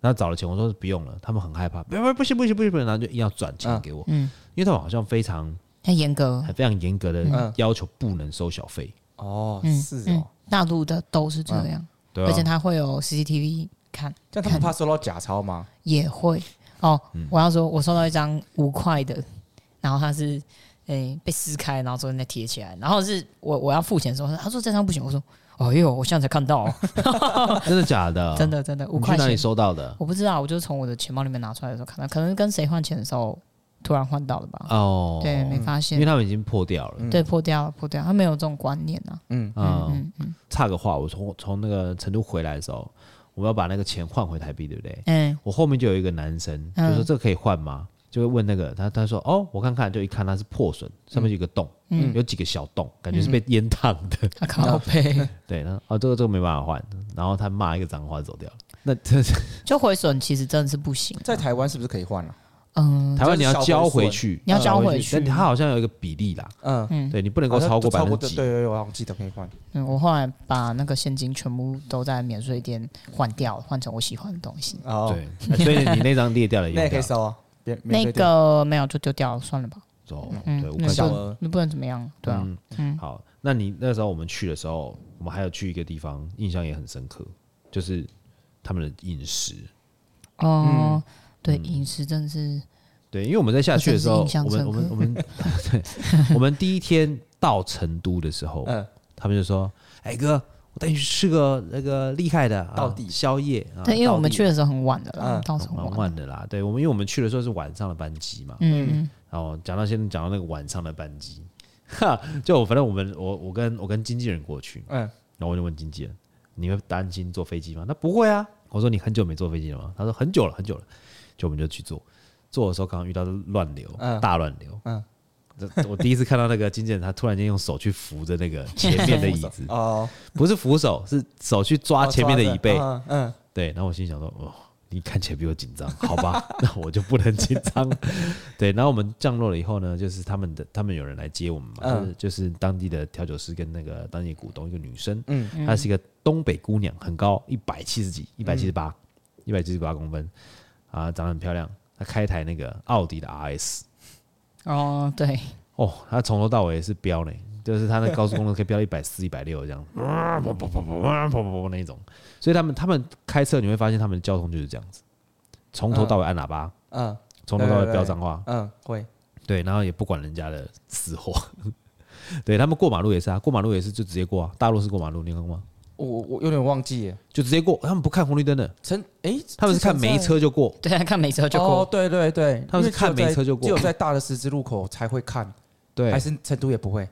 S1: 然后找了钱，我说不用了，他们很害怕，不不不行不行不行不行，然后就硬要转钱
S3: 嗯
S1: 给我，
S2: 嗯，
S1: 因为他们好像非常
S2: 很严格，
S1: 非常严格的
S3: 嗯
S1: 要求不能收小费，
S3: 哦，
S2: 嗯，
S3: 是
S2: 嗯
S3: 哦，，
S2: 大陆的都是这样，
S1: 对
S2: 而且
S1: 啊，
S2: 它会有 CCTV 看，
S3: 这样他们怕收到假钞 吗？
S2: 也会哦。
S1: 嗯
S2: 我要说，我收到一张五块的，然后它是诶、被撕开，然后昨天再贴起来，然后是我我要付钱的时候，他说这张不行，我说哎呦，我现在才 看到哦，
S1: 真的假的？
S2: 真，的真的五
S1: 你
S2: 块
S1: 去哪里
S2: 钱，
S1: 收到的？
S2: 我不知道，我就是从我的钱包里面拿出来的时候看到，可能跟谁换钱的时候突然换到了吧，
S1: 哦，
S2: 对，没发
S1: 因
S2: 现
S1: 为，他们已经破掉了。
S2: 对，破掉了，破掉了，他没有这种观念啊，
S3: 嗯
S1: 嗯，
S2: 嗯嗯
S1: 差个话，我从从那个成都回来的时候，我要把那个钱换回台币，对不对？
S2: 嗯，
S1: 我后面就有一个男生，就
S2: 嗯
S1: 说这可以换吗？就会问那个他，他说哦，我看看，就一看它是破损，上面有一个洞，
S2: 嗯
S1: 有几个小洞，感觉是被烟烫的。
S2: 他靠背
S1: 对，然后哦，这个这个没办法换，然后他骂一个脏话就走掉了。那这是
S2: 就毁损，其实真的是不行，
S3: 在台湾是不是可以换啊？
S2: 嗯，
S1: 台湾你要
S3: 小毁
S1: 交回
S3: 损
S1: 去，
S2: 你要交回去
S1: 但它好像有一个比例啦，
S3: 嗯，
S1: 对你不能够
S3: 好像
S1: 超过
S3: 都
S1: 百
S3: 超
S1: 分
S3: 过
S1: 之
S3: 对
S1: 几。
S3: 对对，我好像记得可以换。
S2: 嗯，我后来把那个现金全部都在免税店换掉，换成我喜欢的东西。
S3: 哦，
S1: 对，哎所以你那张裂掉了，
S3: 那也
S1: 用
S3: 可
S1: 掉
S3: 以。收啊，免免
S2: 那
S3: 税店
S2: 个没有就丢掉了，算了吧。
S1: 哦，
S2: 嗯
S1: 对，五，
S2: 那
S1: 块钱
S2: 不
S3: 小
S2: 能
S3: 额
S2: 那不能怎么样，对啊。
S1: 嗯好，那你那时候我们去的时候，我们还有去一个地方，印象也很深刻，就是他们的饮食。
S3: 嗯
S2: 哦，对，饮食真的是
S1: 对，因为我们在下去的时候
S2: 我真是印，
S1: 我们
S2: 象深
S1: 我
S2: 刻
S1: 们我们 对，我们第一天到成都的时候，
S3: 嗯
S1: 他们就说：“哎哥，我带你去吃个那个厉害的啊
S3: 道地
S1: 宵夜。”啊
S2: 对，因为我们
S1: 道地
S2: 去的时候很晚的啦
S3: 嗯，
S2: 到时候
S1: 蛮
S2: 很晚。
S1: 晚的啦。对我们，因为我们去的时候是晚上的班机嘛，
S2: 嗯，
S1: 然后哦讲到现在讲到那个晚上的班机， 哈，就我反正我们我我跟我跟经纪人过去，
S3: 嗯
S1: 然后我就问经纪人：“你会担心坐飞机吗？”他不会啊。我说：“你很久没坐飞机了吗？”他说：“很久了，很久了。”就我们就去坐，坐的时候刚刚遇到乱流，
S3: 嗯
S1: 大乱流。
S3: 嗯，
S1: 这我第一次看到那个经纪人，他突然间用手去扶着那个前面的椅子
S3: 哦，
S1: 不是扶手，是手去抓
S3: 哦
S1: 前面的椅背。
S3: 抓着嗯
S1: 对，然后我心想说，哦，你看起来比我紧张，好吧， 那我就不能紧张。对，然后我们降落了以后呢，就是他们的他们有人来接我们嘛，
S3: 嗯
S1: 就是就是当地的调酒师跟那个当地的股东一个女生，
S3: 嗯
S1: 她是一个东北姑娘，很高，一百七十几，一百七十
S3: 嗯
S1: 八，一百七十八公分，啊，长得很漂亮。她开一台那个奥迪的 RS，
S2: 哦，对，
S1: 哦，她从头到尾是飙呢。就是她那高速公路可以飙一百四、一 百六这样，砰砰砰砰砰砰砰那一种，所以他们他们开车你会发现他们的交通就是这样子，从头到尾按喇叭，
S3: 嗯
S1: 从头到
S3: 对
S1: 尾
S3: 对对
S1: 飙脏话，
S3: 嗯，会
S1: 对，然后也不管人家的死活。 对他们过马路也是啊，过马路也是就直接过啊，大陆是过马路，你看过吗？
S3: 我我我有点忘记耶，
S1: 就直接过，他们不看红绿灯的，
S3: 成诶，
S1: 他们是看
S3: 没
S1: 没车就过。
S2: 对啊，看每车就
S3: 哦
S2: 过，，
S3: 对对对，
S1: 他们是看
S3: 因为只有
S1: 没车
S3: 在
S1: 就过
S3: 只有在大的十字路口才会看，
S1: 对，
S3: 还
S1: 哎、
S3: 是成都也不会。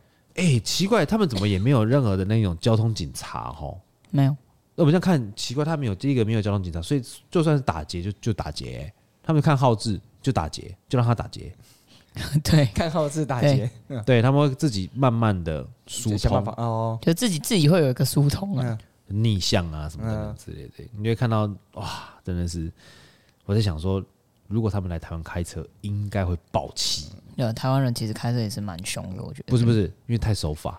S1: 奇怪，他们怎么也没有任何的那种交通警察哦吼？
S2: 没有，
S1: 那我们这样看，奇怪，他们有第一个没有交通警察，所以就算是打劫就就打劫欸、他们看号志就打劫，就让他打劫。
S2: 对，
S3: 看号志大街，
S1: 对他们会自己慢慢的疏
S3: 嗯想
S1: 通
S3: 办，法哦。
S2: 就自己自己会有一个疏通啊。
S3: 嗯
S1: 逆向啊什么等等之类的，你就会看到哇，真的是我在想说，如果他们来台湾开车，应该会爆气。
S3: 嗯
S2: 对，啊台湾人其实开车也是蛮凶的，我觉得。
S1: 不是不是，因为太守法。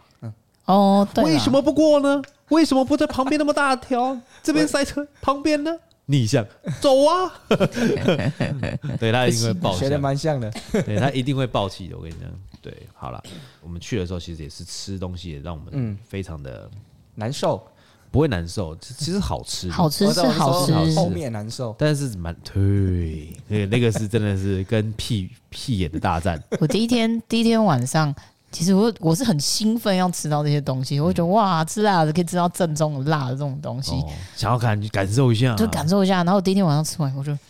S2: 哦，对啦，
S1: 为什么不过呢？为什么不在旁边那么大 条？这边塞车，旁边呢？逆向走 啊！对他一定会爆气啊
S3: 学，的蛮像的。
S1: 对他一定会爆气的。我跟你讲，对，好了，我们去的时候其实也是吃东西，也让我们
S3: 嗯
S1: 非常的
S3: 难受，
S1: 不会难受，其其实好吃，
S2: 好吃
S3: 我知
S2: 是
S3: 道哦你
S2: 好吃
S3: 说
S1: 好吃
S3: 后面难受。
S1: 但是蛮对，那个那个是真的是跟屁屁眼的大 战，
S2: 我第一天第一天晚上，其实我我是很兴奋要吃到这些东西，我会觉得哇，吃辣的可以吃到正宗的辣的这种东西，
S1: 嗯哦，啊想要感感受一下，
S2: 就感受一下。然后我第一天晚上吃完，我就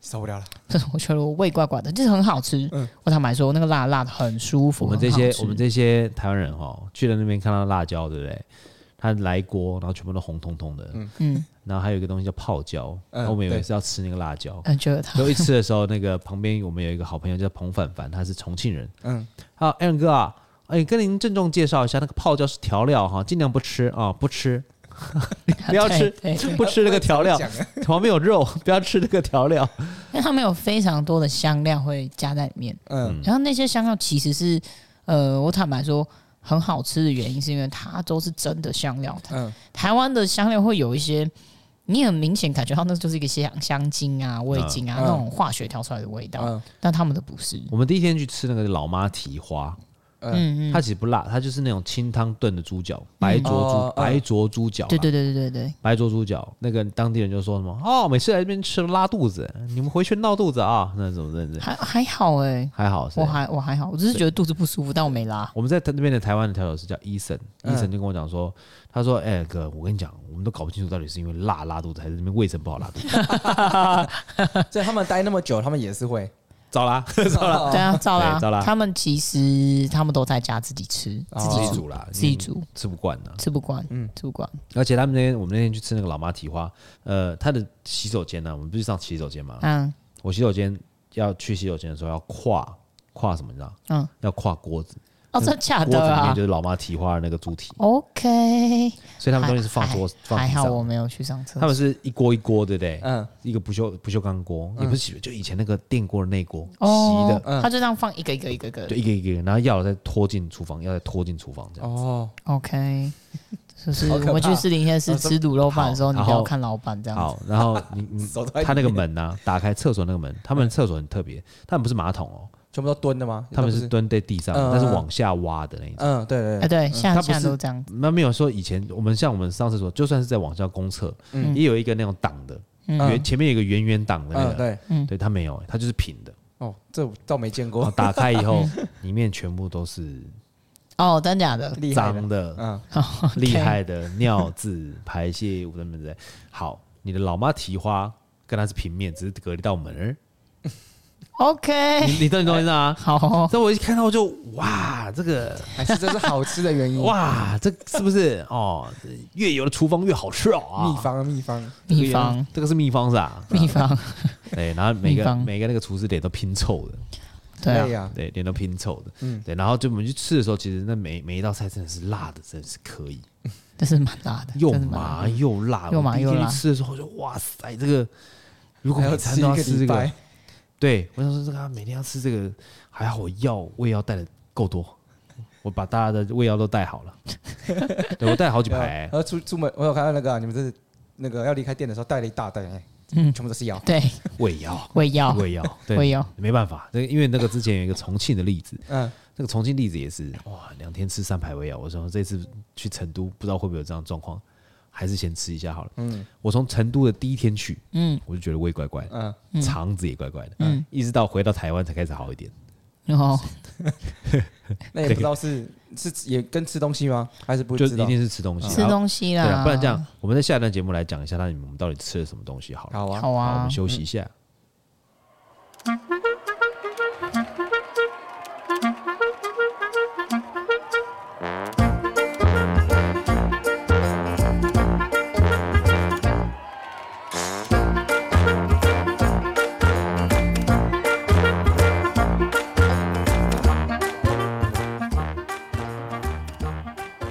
S3: 受不了了，
S2: 我觉得我胃怪怪的，就是很好吃。
S3: 嗯
S2: 我坦白说，那个辣辣的很舒服。
S1: 我们这
S2: 很
S1: 些
S2: 好吃
S1: 我们这些台湾人哈，去了那边看到辣椒，对不对？他来一锅，然后全部都红彤彤的，
S2: 嗯
S1: 然后还有一个东西叫泡椒，
S3: 嗯
S1: 然后我们以为
S3: 对
S1: 是要吃那个辣椒。
S2: 嗯，觉得它
S1: 然后一吃的时候，那个旁边我们有一个好朋友叫彭凡凡，他是重庆人。
S3: 嗯，
S1: 好，艾伦哥啊，哎，跟您郑重介绍一下，那个泡椒是调料哈，尽量不吃啊，不吃，不要吃
S2: 啊对，对
S1: 不吃那个调料
S3: 怎，么讲啊
S1: 旁边有肉，不要吃那个调料。
S2: 因为他们有非常多的香料会加在里面，
S3: 嗯，
S2: 然后那些香料其实是呃，我坦白说。很好吃的原因是因为它都是真的香料，
S3: 嗯，
S2: 台湾的香料会有一些，你很明显感觉到那就是一个香香精啊、味精啊、
S3: 嗯
S2: 那种化学调出来的味道，
S3: 嗯
S2: 但他们的不是。
S1: 我们第一天去吃那个老妈蹄花，
S2: 嗯嗯，
S1: 它其实不辣，它就是那种清汤炖的猪脚，白灼猪、
S3: 哦嗯
S1: 白灼猪脚啦，
S2: 对对对对对对，
S1: 白灼猪脚。那个当地人就说什么哦，每次来这边吃拉肚子，你们回去闹肚子啊，那怎么认识？
S2: 还还好哎、
S1: 还好是
S2: 我。还我还好，我只是觉得肚子不舒服，但我没拉。
S1: 我们在那边的台湾的调酒师叫医生，医
S3: 嗯
S1: 生就跟我讲说，他说：“哎、哥，我跟你讲，我们都搞不清楚到底是因为辣拉肚子，还是那边卫生不好 拉肚子。
S3: 所以他们待那么久，他们也是会，
S1: 糟 啦，
S3: 糟了
S2: 对啊，照
S1: 对照啦
S2: 啦。他们其实他们都在家自己吃，
S3: 哦
S2: 自
S1: 自己
S2: 己煮，
S1: 煮啦，哦
S2: 自己煮，
S1: 吃不惯呐、
S2: 吃不惯，
S3: 嗯
S2: 吃不惯。
S1: 而且他们那天，我们那天去吃那个老妈蹄花，呃，他的洗手间啊呢、我们不是上洗手间嘛，
S2: 嗯
S1: 我洗手间要去洗手间的时候要跨跨什么，你知道？
S2: 嗯，
S1: 要跨锅子，
S2: 哦，真的
S1: 嗯
S2: 假
S1: 锅子
S2: 的
S1: 里面
S2: 啊
S1: 就是老妈蹄花的那个猪蹄，
S2: ？OK，
S1: 所以他们东西是放桌
S2: 还
S1: 放
S2: 还
S1: 地
S2: 好我
S1: 上。
S2: 没有去上厕
S1: 他
S2: 所。
S1: 们是一锅一锅，对不对？
S3: 嗯，
S1: 一个不锈不锈钢锅，也不是洗，就以前那个电锅的内锅，洗
S2: 哦
S1: 的，，
S3: 嗯
S2: 他就这样放一个一个一个一个
S1: 就。一个一个，然后要了再拖进厨房，要再拖进厨房这样。
S3: 哦，
S2: OK，就是
S3: 好
S2: 我
S3: 可怕
S2: 们去士林夜市吃卤肉饭的时候，
S1: 啊好
S2: 你
S1: 然
S2: 不
S1: 后
S2: 要看老板这样子。
S1: 好，然后你你
S3: 手都在
S1: 他那个门呐，打开厕所那个门，他们的厕所很特别，他们不是马桶哦，
S3: 全部都蹲的吗？
S1: 他们
S3: 嗯都不
S1: 是
S3: 是，
S1: 蹲在地上，
S3: 嗯
S1: 但是
S3: 嗯嗯
S1: 往下挖的那一种。
S3: 嗯，对对对，
S2: 哎，对，现在
S1: 他不是
S2: 现在都这样。
S1: 那没有说以前我们像我们上厕所，就算是在往下公厕，
S3: 嗯
S1: 也有一个那种挡的，
S2: 嗯，
S1: 圆、前面有一个圆圆挡的那
S3: 嗯
S1: 个，
S3: 对，
S2: 嗯
S1: 对，它没有、它就是平的。
S3: 哦，这我倒没见
S1: 然后
S3: 过，
S1: 打开以后，里面全部都是
S2: 哦，真假的？ 哦
S3: 厉害的
S1: 脏，的、
S3: 嗯，
S1: 厉害的尿渍、排泄物等等之类。好，你的老妈蹄花跟它是平面，只是隔了一道门儿。你
S2: OK，
S1: 你懂你懂我意思啊？
S2: 好哦，
S1: 所以我一看到就哇，这个
S3: 还是这是好吃的原因，
S1: 哇，这是不是哦？越有的厨房越好吃哦啊！
S3: 秘方秘方，
S2: 秘方，
S1: 这个啊是秘方是吧？
S2: 秘方，
S1: 对，然后每
S2: 秘
S1: 个
S2: 方
S1: 每个那个厨师脸都拼凑的，
S2: 对
S3: 累
S2: 啊，
S3: 啊，
S1: 对，脸都拼凑的，
S3: 嗯
S1: 对。然后就我们去吃的时候，其实那每每一道菜真的是辣的，真的是可以，
S2: 这是蛮辣的，
S1: 又
S2: 真的蛮辣
S1: 麻
S2: 的
S1: 又辣。
S2: 又麻
S1: 我第一
S2: 又
S1: 天
S2: 辣
S1: 去吃的时候，我就哇塞，这个如果
S3: 还
S1: 每
S3: 要
S1: 餐
S3: 吃一
S1: 都要
S3: 个
S1: 吃这
S3: 礼
S1: 个
S3: 拜，，
S1: 对，我想说这个啊每天要吃这个，还好我药胃药带的够多，我把大家的胃药都带好了，对我带了好几
S3: 对啊
S1: 排
S3: 然。后出出门，我有看到那个啊你们这是那个要离开店的时候带了一大袋，哎
S2: 嗯
S3: 全部都是药，
S2: 对，
S1: 胃药，
S2: 胃药，
S1: 胃药，
S2: 胃
S1: 对，
S2: 啊药，
S1: 没办法，这个因为那个之前有一个重庆的例子，
S3: 嗯，
S1: 那个重庆例子也是，哇，两天吃三排胃药。我说这次去成都，不知道会不会有这样的状况，还是先吃一下好了。嗯，我从成都的第一天去，
S2: 嗯
S1: 我就觉得胃怪怪的，
S3: 嗯
S1: 肠子也怪怪的，
S2: 嗯
S1: 一直到回到台湾才开始好一点。
S2: 然后
S3: 那也不知道是是也跟吃东西吗？还是不
S1: 就
S3: 知
S1: 一
S3: 道？
S1: 定是吃东西，
S2: 吃
S1: 然后
S2: 东西
S1: 对啊，
S2: 啦，
S1: 不然这样，我们在下一段节目来讲一下，那你们到底吃了什么东西好了。
S3: 好啊，
S2: 好
S1: 好，我
S2: 啊
S1: 们，休息一下。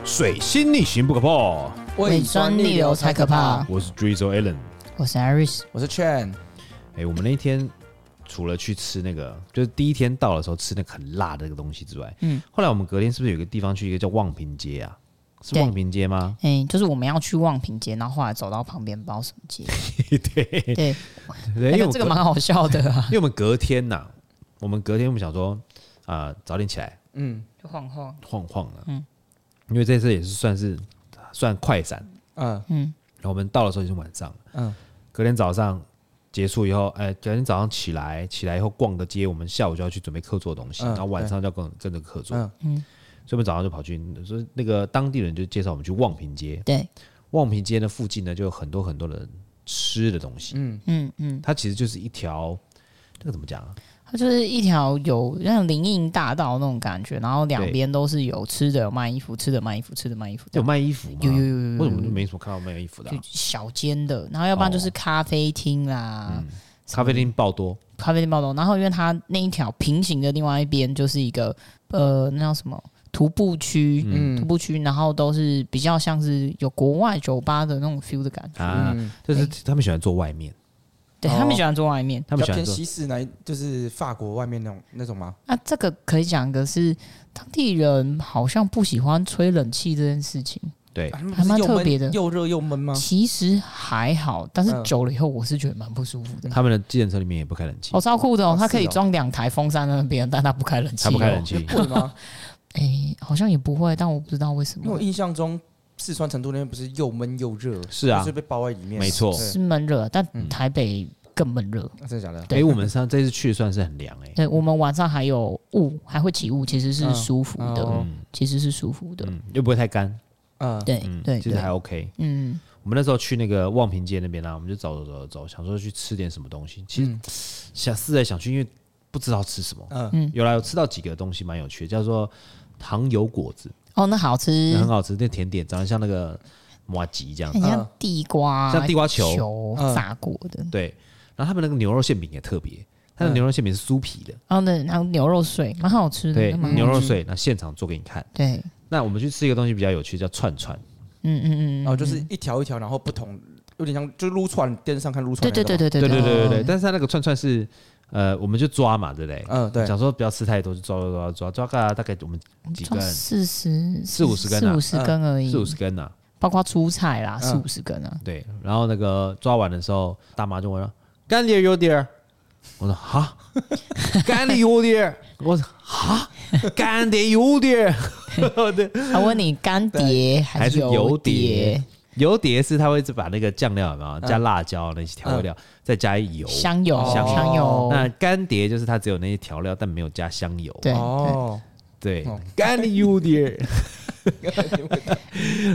S1: 水星逆行不可破，
S2: 胃酸逆流才可怕。
S1: 我是 Drizzle Allen。
S2: 我是 Iris，
S3: 我是 Chen，
S1: 哎、我们那天除了去吃那个，就是第一天到的时候吃那个很辣的那个东西之外，嗯，后来我们隔天是不是有一个地方去一个叫望平街啊？是
S2: 对
S1: 望平街 吗？
S2: 哎、就是我们要去望平街，然后后来走到旁边不知道什么街，
S1: 对
S2: 对，
S1: 对，
S2: 那
S1: 因为
S2: 个
S1: 我
S2: 这个
S1: 隔
S2: 蛮好笑 的啊，
S1: 因为我们隔天呐、我们隔天我们想说啊、早点起来
S3: 嗯
S2: 就晃晃，
S1: 晃晃啊，嗯，因为这次也是算是算快闪，
S3: 嗯
S1: 然后我们到的时候已经晚上了，
S3: 嗯
S1: 隔天早上结束以后，哎、隔天早上起来起来以后逛个街，我们下午就要去准备客座的东西，
S3: 嗯
S1: 然后晚上就要跟跟着客座，
S3: 嗯
S1: 所以我们早上就跑去，所以那个当地人就介绍我们去望平街，
S2: 对，
S1: 望平街的附近呢就有很多很多的吃的东西，
S3: 嗯，
S2: 嗯嗯，
S1: 它其实就是一条。这个怎么讲啊？
S2: 它就是一条有那种林荫大道那种感觉，然后两边都是有吃的，有卖衣服，吃的卖衣服，吃的卖衣服，
S1: 有卖衣服吗？
S2: 有有有有有
S1: 为什么就没什么看到卖衣服的啊、
S2: 就小间的，然后要不然
S1: 哦
S2: 就是咖啡厅啦，
S1: 嗯咖啡厅爆多，
S2: 咖啡店报道，然后因为它那一条平行的另外一边就是一个呃，那叫什么徒步区，
S1: 嗯
S2: 徒步区，然后都是比较像是有国外酒吧的那种 feel 的感觉。
S1: 啊，就是他们喜欢坐外面，
S2: 对、
S3: 哦
S2: 他们喜欢坐外面。
S1: 他
S3: 比
S1: 们
S3: 较
S1: 喜欢
S3: 偏
S1: 坐
S3: 西式那一，就是法国外面那种那种吗？
S2: 那、啊这个可以讲一个是当地人好像不喜欢吹冷气这件事情，
S1: 对
S3: 啊他们
S2: 还
S3: 不
S2: 蛮
S3: 是又
S2: 特别
S3: 闷
S2: 的
S3: 又热又闷吗？
S2: 其实还好，但是
S3: 嗯
S2: 久了以后我是觉得蛮不舒服的。
S1: 他们的计程车里面也不开冷气
S2: 哦，，超酷的哦
S3: 哦！
S2: 它可以
S3: 是哦
S2: 装两台风扇在那边，但它不开冷气、哦。
S1: 他不开冷气，
S3: 贵吗？
S2: 哎、好像也不会，但我不知道为什
S3: 因为
S2: 么
S3: 我。印象中四川成都那边不是又闷又热，
S1: 是啊
S3: 就是被包在里面，
S1: 没错
S3: 对
S2: 是闷热，但
S3: 嗯
S2: 台北更闷热。
S3: 啊真的假的？
S1: 哎，我们上这次去算是很凉哎，
S2: 对我们晚上还有雾，还会起雾，其实是
S3: 嗯
S2: 舒服的，
S3: 哦
S1: 嗯
S2: 其实是舒服的。
S1: 嗯，又不会太干，
S3: 嗯，
S2: 对
S1: 嗯，
S2: 对
S1: 其实还
S2: 对，
S1: OK。
S2: 嗯，
S1: 我们那时候去那个望平街那边啦，啊我们就走走走走，想说去吃点什么东西，其实
S3: 嗯
S1: 想思来想去，因为不知道吃什么，
S3: 嗯
S1: 有啦，有吃到几个东西蛮有趣的，叫做糖油果子，
S2: 哦，那好吃
S1: 那，很好吃，那甜点长得像那个麻吉这样
S2: 很，像
S3: 嗯
S2: 地瓜，
S1: 像地瓜球
S2: 球
S3: 嗯
S2: 炸过的，
S1: 对。然后他们那个牛肉馅饼也特别，它的
S3: 嗯
S1: 牛肉馅饼是酥皮的，
S2: 然后呢，然后牛肉碎，蛮好吃的，
S1: 对，
S2: 嗯那蛮好
S1: 牛肉碎，那现场做给你看。
S2: 对，
S1: 那我们去吃一个东西比较有趣，叫串串，
S2: 嗯嗯嗯，
S3: 然后就是一条一条，然后不同，有点像就是撸串，电视上看撸串
S2: 对
S3: 那个
S2: 对
S3: 嘛，
S2: 对对对
S1: 对
S2: 哦
S1: 对对对对。
S2: 对，
S1: 但是它那个串串是，呃，我们就抓嘛，对不对？
S3: 嗯对，
S1: 想说不要吃太多，就抓抓抓抓抓个大概我们几根
S2: 装，四十
S1: 四五十根啊
S2: 四五十根而已
S1: 四，五十根呐、
S2: 包括蔬菜啦，
S3: 嗯
S2: 四五十根啊，
S1: 对。然后那个抓完的时候，大妈就问了：“干碟有点儿？”我说：“哈， 干碟有点儿。”我说：“哈，干碟有点儿。”对，
S2: 他问你干碟
S1: 还是
S2: 是
S1: 油
S2: 油碟
S1: 碟？油碟是它会把那个酱料有没有加辣椒那些调味料，再加油，
S2: 嗯香油，
S3: 哦
S2: 香油，
S1: 那干碟就是它只有那些调料，但没有加香油。
S2: 对
S3: 哦，
S1: 对
S3: 哦，
S1: 干油 碟。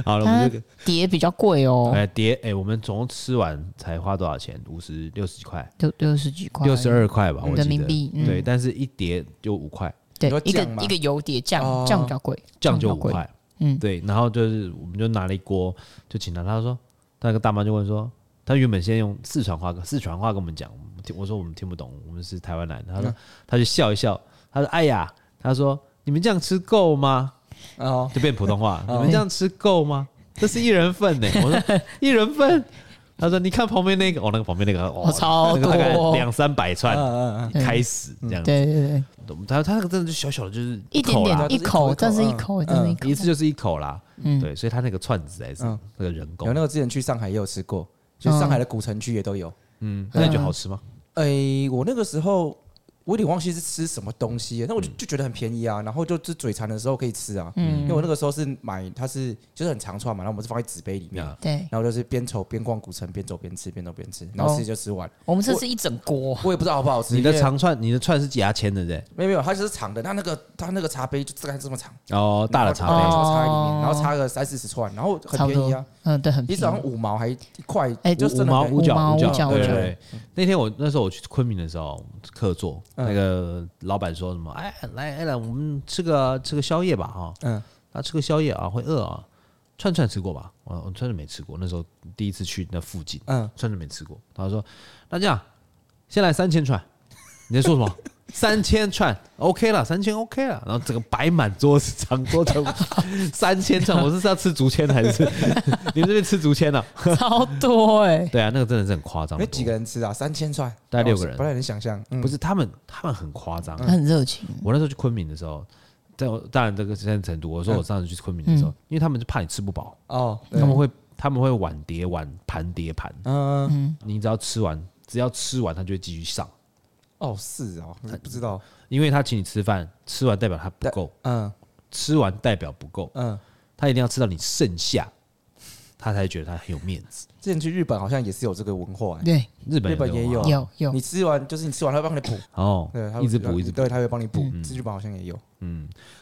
S1: 好了，我们这个
S2: 它碟比较贵哦，
S1: 哎碟哎，我们总共吃完才花多少钱？五十六十几块，
S2: 六六十几块，
S1: 六十二块吧，我记得
S2: 人民币嗯
S1: 对，但是一碟就五块，
S2: 对
S3: 你说，
S2: 一个
S3: 酱吗
S2: 一个油碟
S3: 哦
S2: 酱酱比较贵，
S1: 酱就
S2: 比
S1: 五
S2: 较贵。
S1: 块。
S2: 嗯
S1: 对，然后就是我们就拿了一锅，就请他，他说那个大妈就问说。他原本先用四川话，四川话跟我们讲，我们听我说我们听不懂，我们是台湾来的。他
S2: 嗯
S1: 说，他就笑一笑，他说：“哎呀，他说你们这样吃够吗？”
S3: 哦，
S1: 就变普通话。你
S3: 哦
S1: 们这样吃够吗？这是一人份呢、我说一人份。他说：“你看旁边那个，哦，那个旁边那个，哦，
S2: 哦超
S1: 那个大概
S2: 多
S1: 两三百
S3: 嗯
S1: 串，
S3: 嗯 嗯，
S1: 开始这样。
S2: 对对对，
S1: 他他那个真的就小小的，就是
S2: 一点
S1: 口啦
S2: 点一口，
S3: 对
S2: 但
S3: 啊
S2: 是
S3: 就是
S2: 一
S3: 一
S2: 口，
S3: 口
S2: 但是一口，
S1: 一次就是一口啦。
S2: 嗯，
S1: 对，所以他那个串子还是
S3: 嗯
S1: 那个人工
S3: 有那，个之前去上海也有吃过，就
S2: 嗯
S3: 上海的古城区也都有。
S1: 嗯，那你觉得好吃吗？
S3: 诶，哎我那个时候我有点忘记是吃什么东西了，那我
S1: 嗯
S3: 就就觉得很便宜啊，然后就是嘴馋的时候可以吃啊，因为我那个时候是买它是就是很长串嘛，然后我们是放在纸杯里面，
S1: 啊
S2: 对，
S3: 然后就是边走边逛古城，边走边吃，边走边吃，然后
S2: 哦
S3: 吃就吃完，
S2: 我们这是一整锅，
S3: 我也不知道好不好吃。
S1: 你的
S3: 因为
S1: 长串，你的串是牙签的对？
S3: 没有没有，它就是长的，它那个它那个茶杯就大概这么长，
S1: 哦，大的
S3: 然后嗯
S1: 茶
S3: 然
S1: 杯，
S3: 后插在里
S2: 哦
S3: 面，然后插个三四十串，然后
S2: 差
S3: 很
S2: 不
S3: 便宜
S2: 多
S3: 啊，，
S2: 嗯，对，很
S3: 一
S2: 便
S3: 次好像
S2: 宜，
S3: 五毛还一块，
S2: 哎
S3: 就
S1: 五
S3: 是
S1: 五
S3: 真的
S1: 毛
S3: 很
S1: 五角
S2: 五毛
S1: 角
S2: 五角
S1: 对
S3: 五
S1: 对
S3: 角
S1: 对。那天我那时候我去昆明的时候，客座那个老板说什么？哎，来来来，我们吃个吃个宵夜吧哈。
S3: 嗯
S1: 那吃个宵夜啊，会饿啊。串串吃过吧？我我串串没吃过，那时候第一次去那附近，
S3: 嗯
S1: 串串没吃过。他说：“那这样，先来三千串。”你在说什么？三千串 OK 了，三千 OK 了，然后整个摆满桌子， 长桌全部三千串，我是是要吃竹签还是 你们这边吃竹签了？
S2: 超多哎、
S1: 对啊，那个真的是很夸张
S3: 没，几个人吃啊，三千串，
S1: 大概六个人
S3: 不太能想象。嗯
S1: 不是他们，他们很夸张。
S2: 他很热情，
S1: 我那时候去昆明的时候，在我当然这个是在成都，我说我上次去昆明的时候，因为他们就怕你吃不饱，
S3: 哦，嗯对
S1: 他们会他们会碗碟碗盘碟盘，
S3: 嗯，
S1: 你只要吃完，只要吃完他就会继续上，
S3: 哦是哦，
S1: 嗯
S3: 不知道，
S1: 因为他请你吃饭，吃完代表他不够，
S3: 嗯
S1: 吃完代表不够，
S3: 嗯。
S1: 他一定要吃到你剩下，他才觉得他很有面子。
S3: 之前去日本好像也是有这个文化、欸，
S2: 对，
S1: 日本
S3: 日本也
S1: 有
S3: 有
S1: 啊
S2: 有有
S3: 你吃完就是你吃完，他会帮你补，
S1: 哦
S3: 对，他，会
S1: 一直补一直嗯补。
S3: 对，他会帮你补。日本好像也有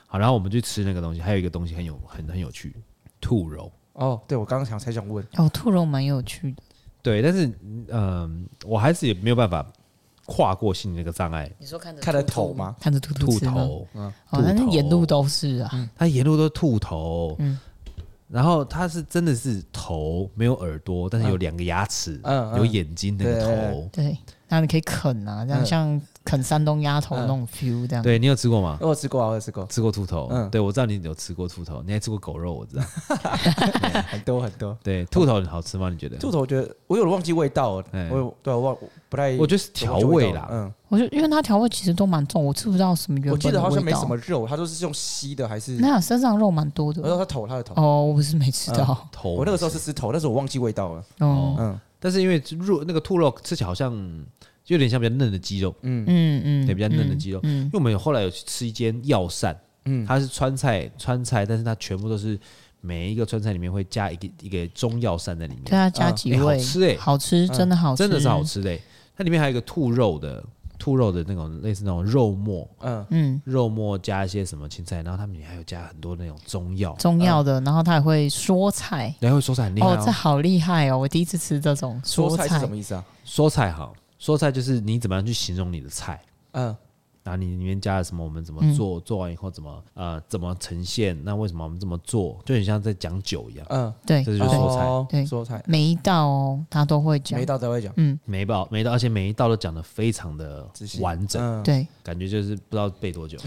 S1: 好，然后我们去吃那个东西，还有一个东西很有很很有趣，兔肉。
S3: 哦，对我刚刚想才想 问，
S2: 哦，兔肉蛮有趣的。
S1: 对，但是嗯、我还是也没有办法跨过心理那个障碍，
S2: 你说看着
S3: 看得头？吗？
S2: 看着兔兔
S1: 兔
S2: 吃吗？
S1: 头，
S2: 哦，但是
S1: 兔头
S2: 沿路都是啊，
S1: 它沿路都是兔头，
S2: 嗯
S1: 然后它是真的是头没有耳朵，但是有两个牙齿，
S3: 嗯嗯
S1: 有眼睛那个头。
S2: 对，然后你可以啃啊，这样
S3: 嗯
S2: 像啃山东鸭头那种 feel 这样。
S1: 对你有吃过吗？
S3: 我有吃过啊，我有吃过，
S1: 吃过兔头，
S3: 嗯
S1: 对我知道你有吃过兔头，你还吃过狗肉，我 知道。
S3: 很多很 多。
S1: 对，兔头好吃吗？你觉得？
S3: 兔头，我觉得我有点忘记味道了，
S1: 哎
S3: 我有对我忘不太，
S1: 我觉得是调味啦
S3: 我忘记道了嗯，
S2: 我就因为它调味其实都蛮重，我吃不到什么原
S3: 我
S2: 本的
S3: 记
S2: 味
S3: 得
S2: 道。
S3: 好像没什么肉，它都是用吸的还是？
S2: 那身上肉蛮多
S3: 我说
S2: 的。
S3: 它头，它的头。
S2: 哦，我不是没吃到。
S1: 头，
S3: 我那个时候是吃头，但是我忘记味道了。
S1: 哦
S2: 哦，
S3: 嗯
S1: 但是因为肉那个兔肉吃起来好像有点像比较嫩的鸡肉，
S3: 嗯
S2: 嗯嗯，
S1: 对比较嫩的
S2: 嗯
S1: 鸡肉
S2: 嗯
S1: 因，为我们有后来有去吃一间药膳，
S3: 嗯
S1: 它是川菜川菜，但是它全部都是每一个川菜里面会加一个一个中药膳在里
S2: 对
S1: 面，
S2: 啊，加几
S1: 哎好
S2: 味，
S1: 吃哎
S2: 好吃，真的好吃，
S1: 真的是好。吃的欸、它里面还有一个兔肉的兔肉的那种类似那种肉末，
S3: 嗯，
S2: 嗯，
S1: 肉末加一些什么青菜，然后他们里面还有加很多那种中药，
S2: 中药的，然后它也会说菜。
S1: 然后说菜很嗯厉害、
S2: 哦
S1: 哦，
S2: 这好厉害哦！我第一次吃这种
S3: 说
S2: 说
S3: 菜是什么意思啊？
S1: 说菜好，说菜就是你怎么样去形容你的菜。
S3: 嗯
S1: 然后你里面加了什么？我们怎
S2: 嗯
S1: 么做？做完以后怎么呃怎么呈现？那为什么我们这么做？就很像在讲酒一样，
S3: 嗯，
S2: 对，
S1: 这就
S2: 对
S1: 是说菜
S3: 哦
S2: 对
S3: 说菜，
S2: 每一道哦，他都会讲
S3: 每一。道都会讲。
S2: 嗯，
S1: 每一道每一道，而且每一道都讲的非常的
S3: 仔细
S1: 完整，
S3: 嗯，
S2: 对。
S1: 感觉就是不知道背多久。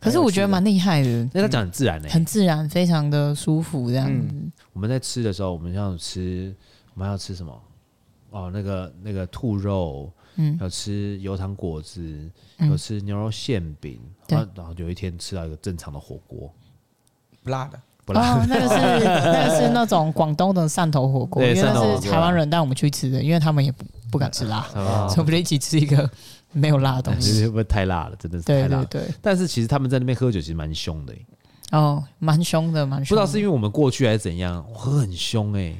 S2: 可是我觉得蛮厉害的，
S1: 那他讲得很自然呢、欸
S2: 很自然，非常的舒服这样子。
S1: 我们在吃的时候，我们像吃，我们还要吃什么？哦，那个那个兔肉，
S2: 嗯，
S1: 要吃油糖果汁，
S2: 嗯
S1: 有吃牛肉馅饼，
S2: 对
S1: 然后然后有一天吃到一个正常的火锅，
S3: 不辣的。
S1: 不辣。
S2: 哦，那个是那个是那种广东的汕头火锅，
S1: 对
S2: 因为
S1: 汕头火
S2: 那
S1: 锅啊
S2: 是台湾人带我们去吃的，因为他们也不不敢吃辣，所以我们就一起吃一个没有辣的东
S1: 就哦
S2: 西。
S1: 哎是会不会太辣了？真的是太
S2: 对
S1: 辣
S2: 对
S1: 了。
S2: 对，
S1: 但是其实他们在那边喝酒其实蛮凶的欸、
S2: 哦，蛮凶的，蛮
S1: 不知
S2: 凶的。
S1: 道是因为我们过去还是怎样，我喝很凶哎、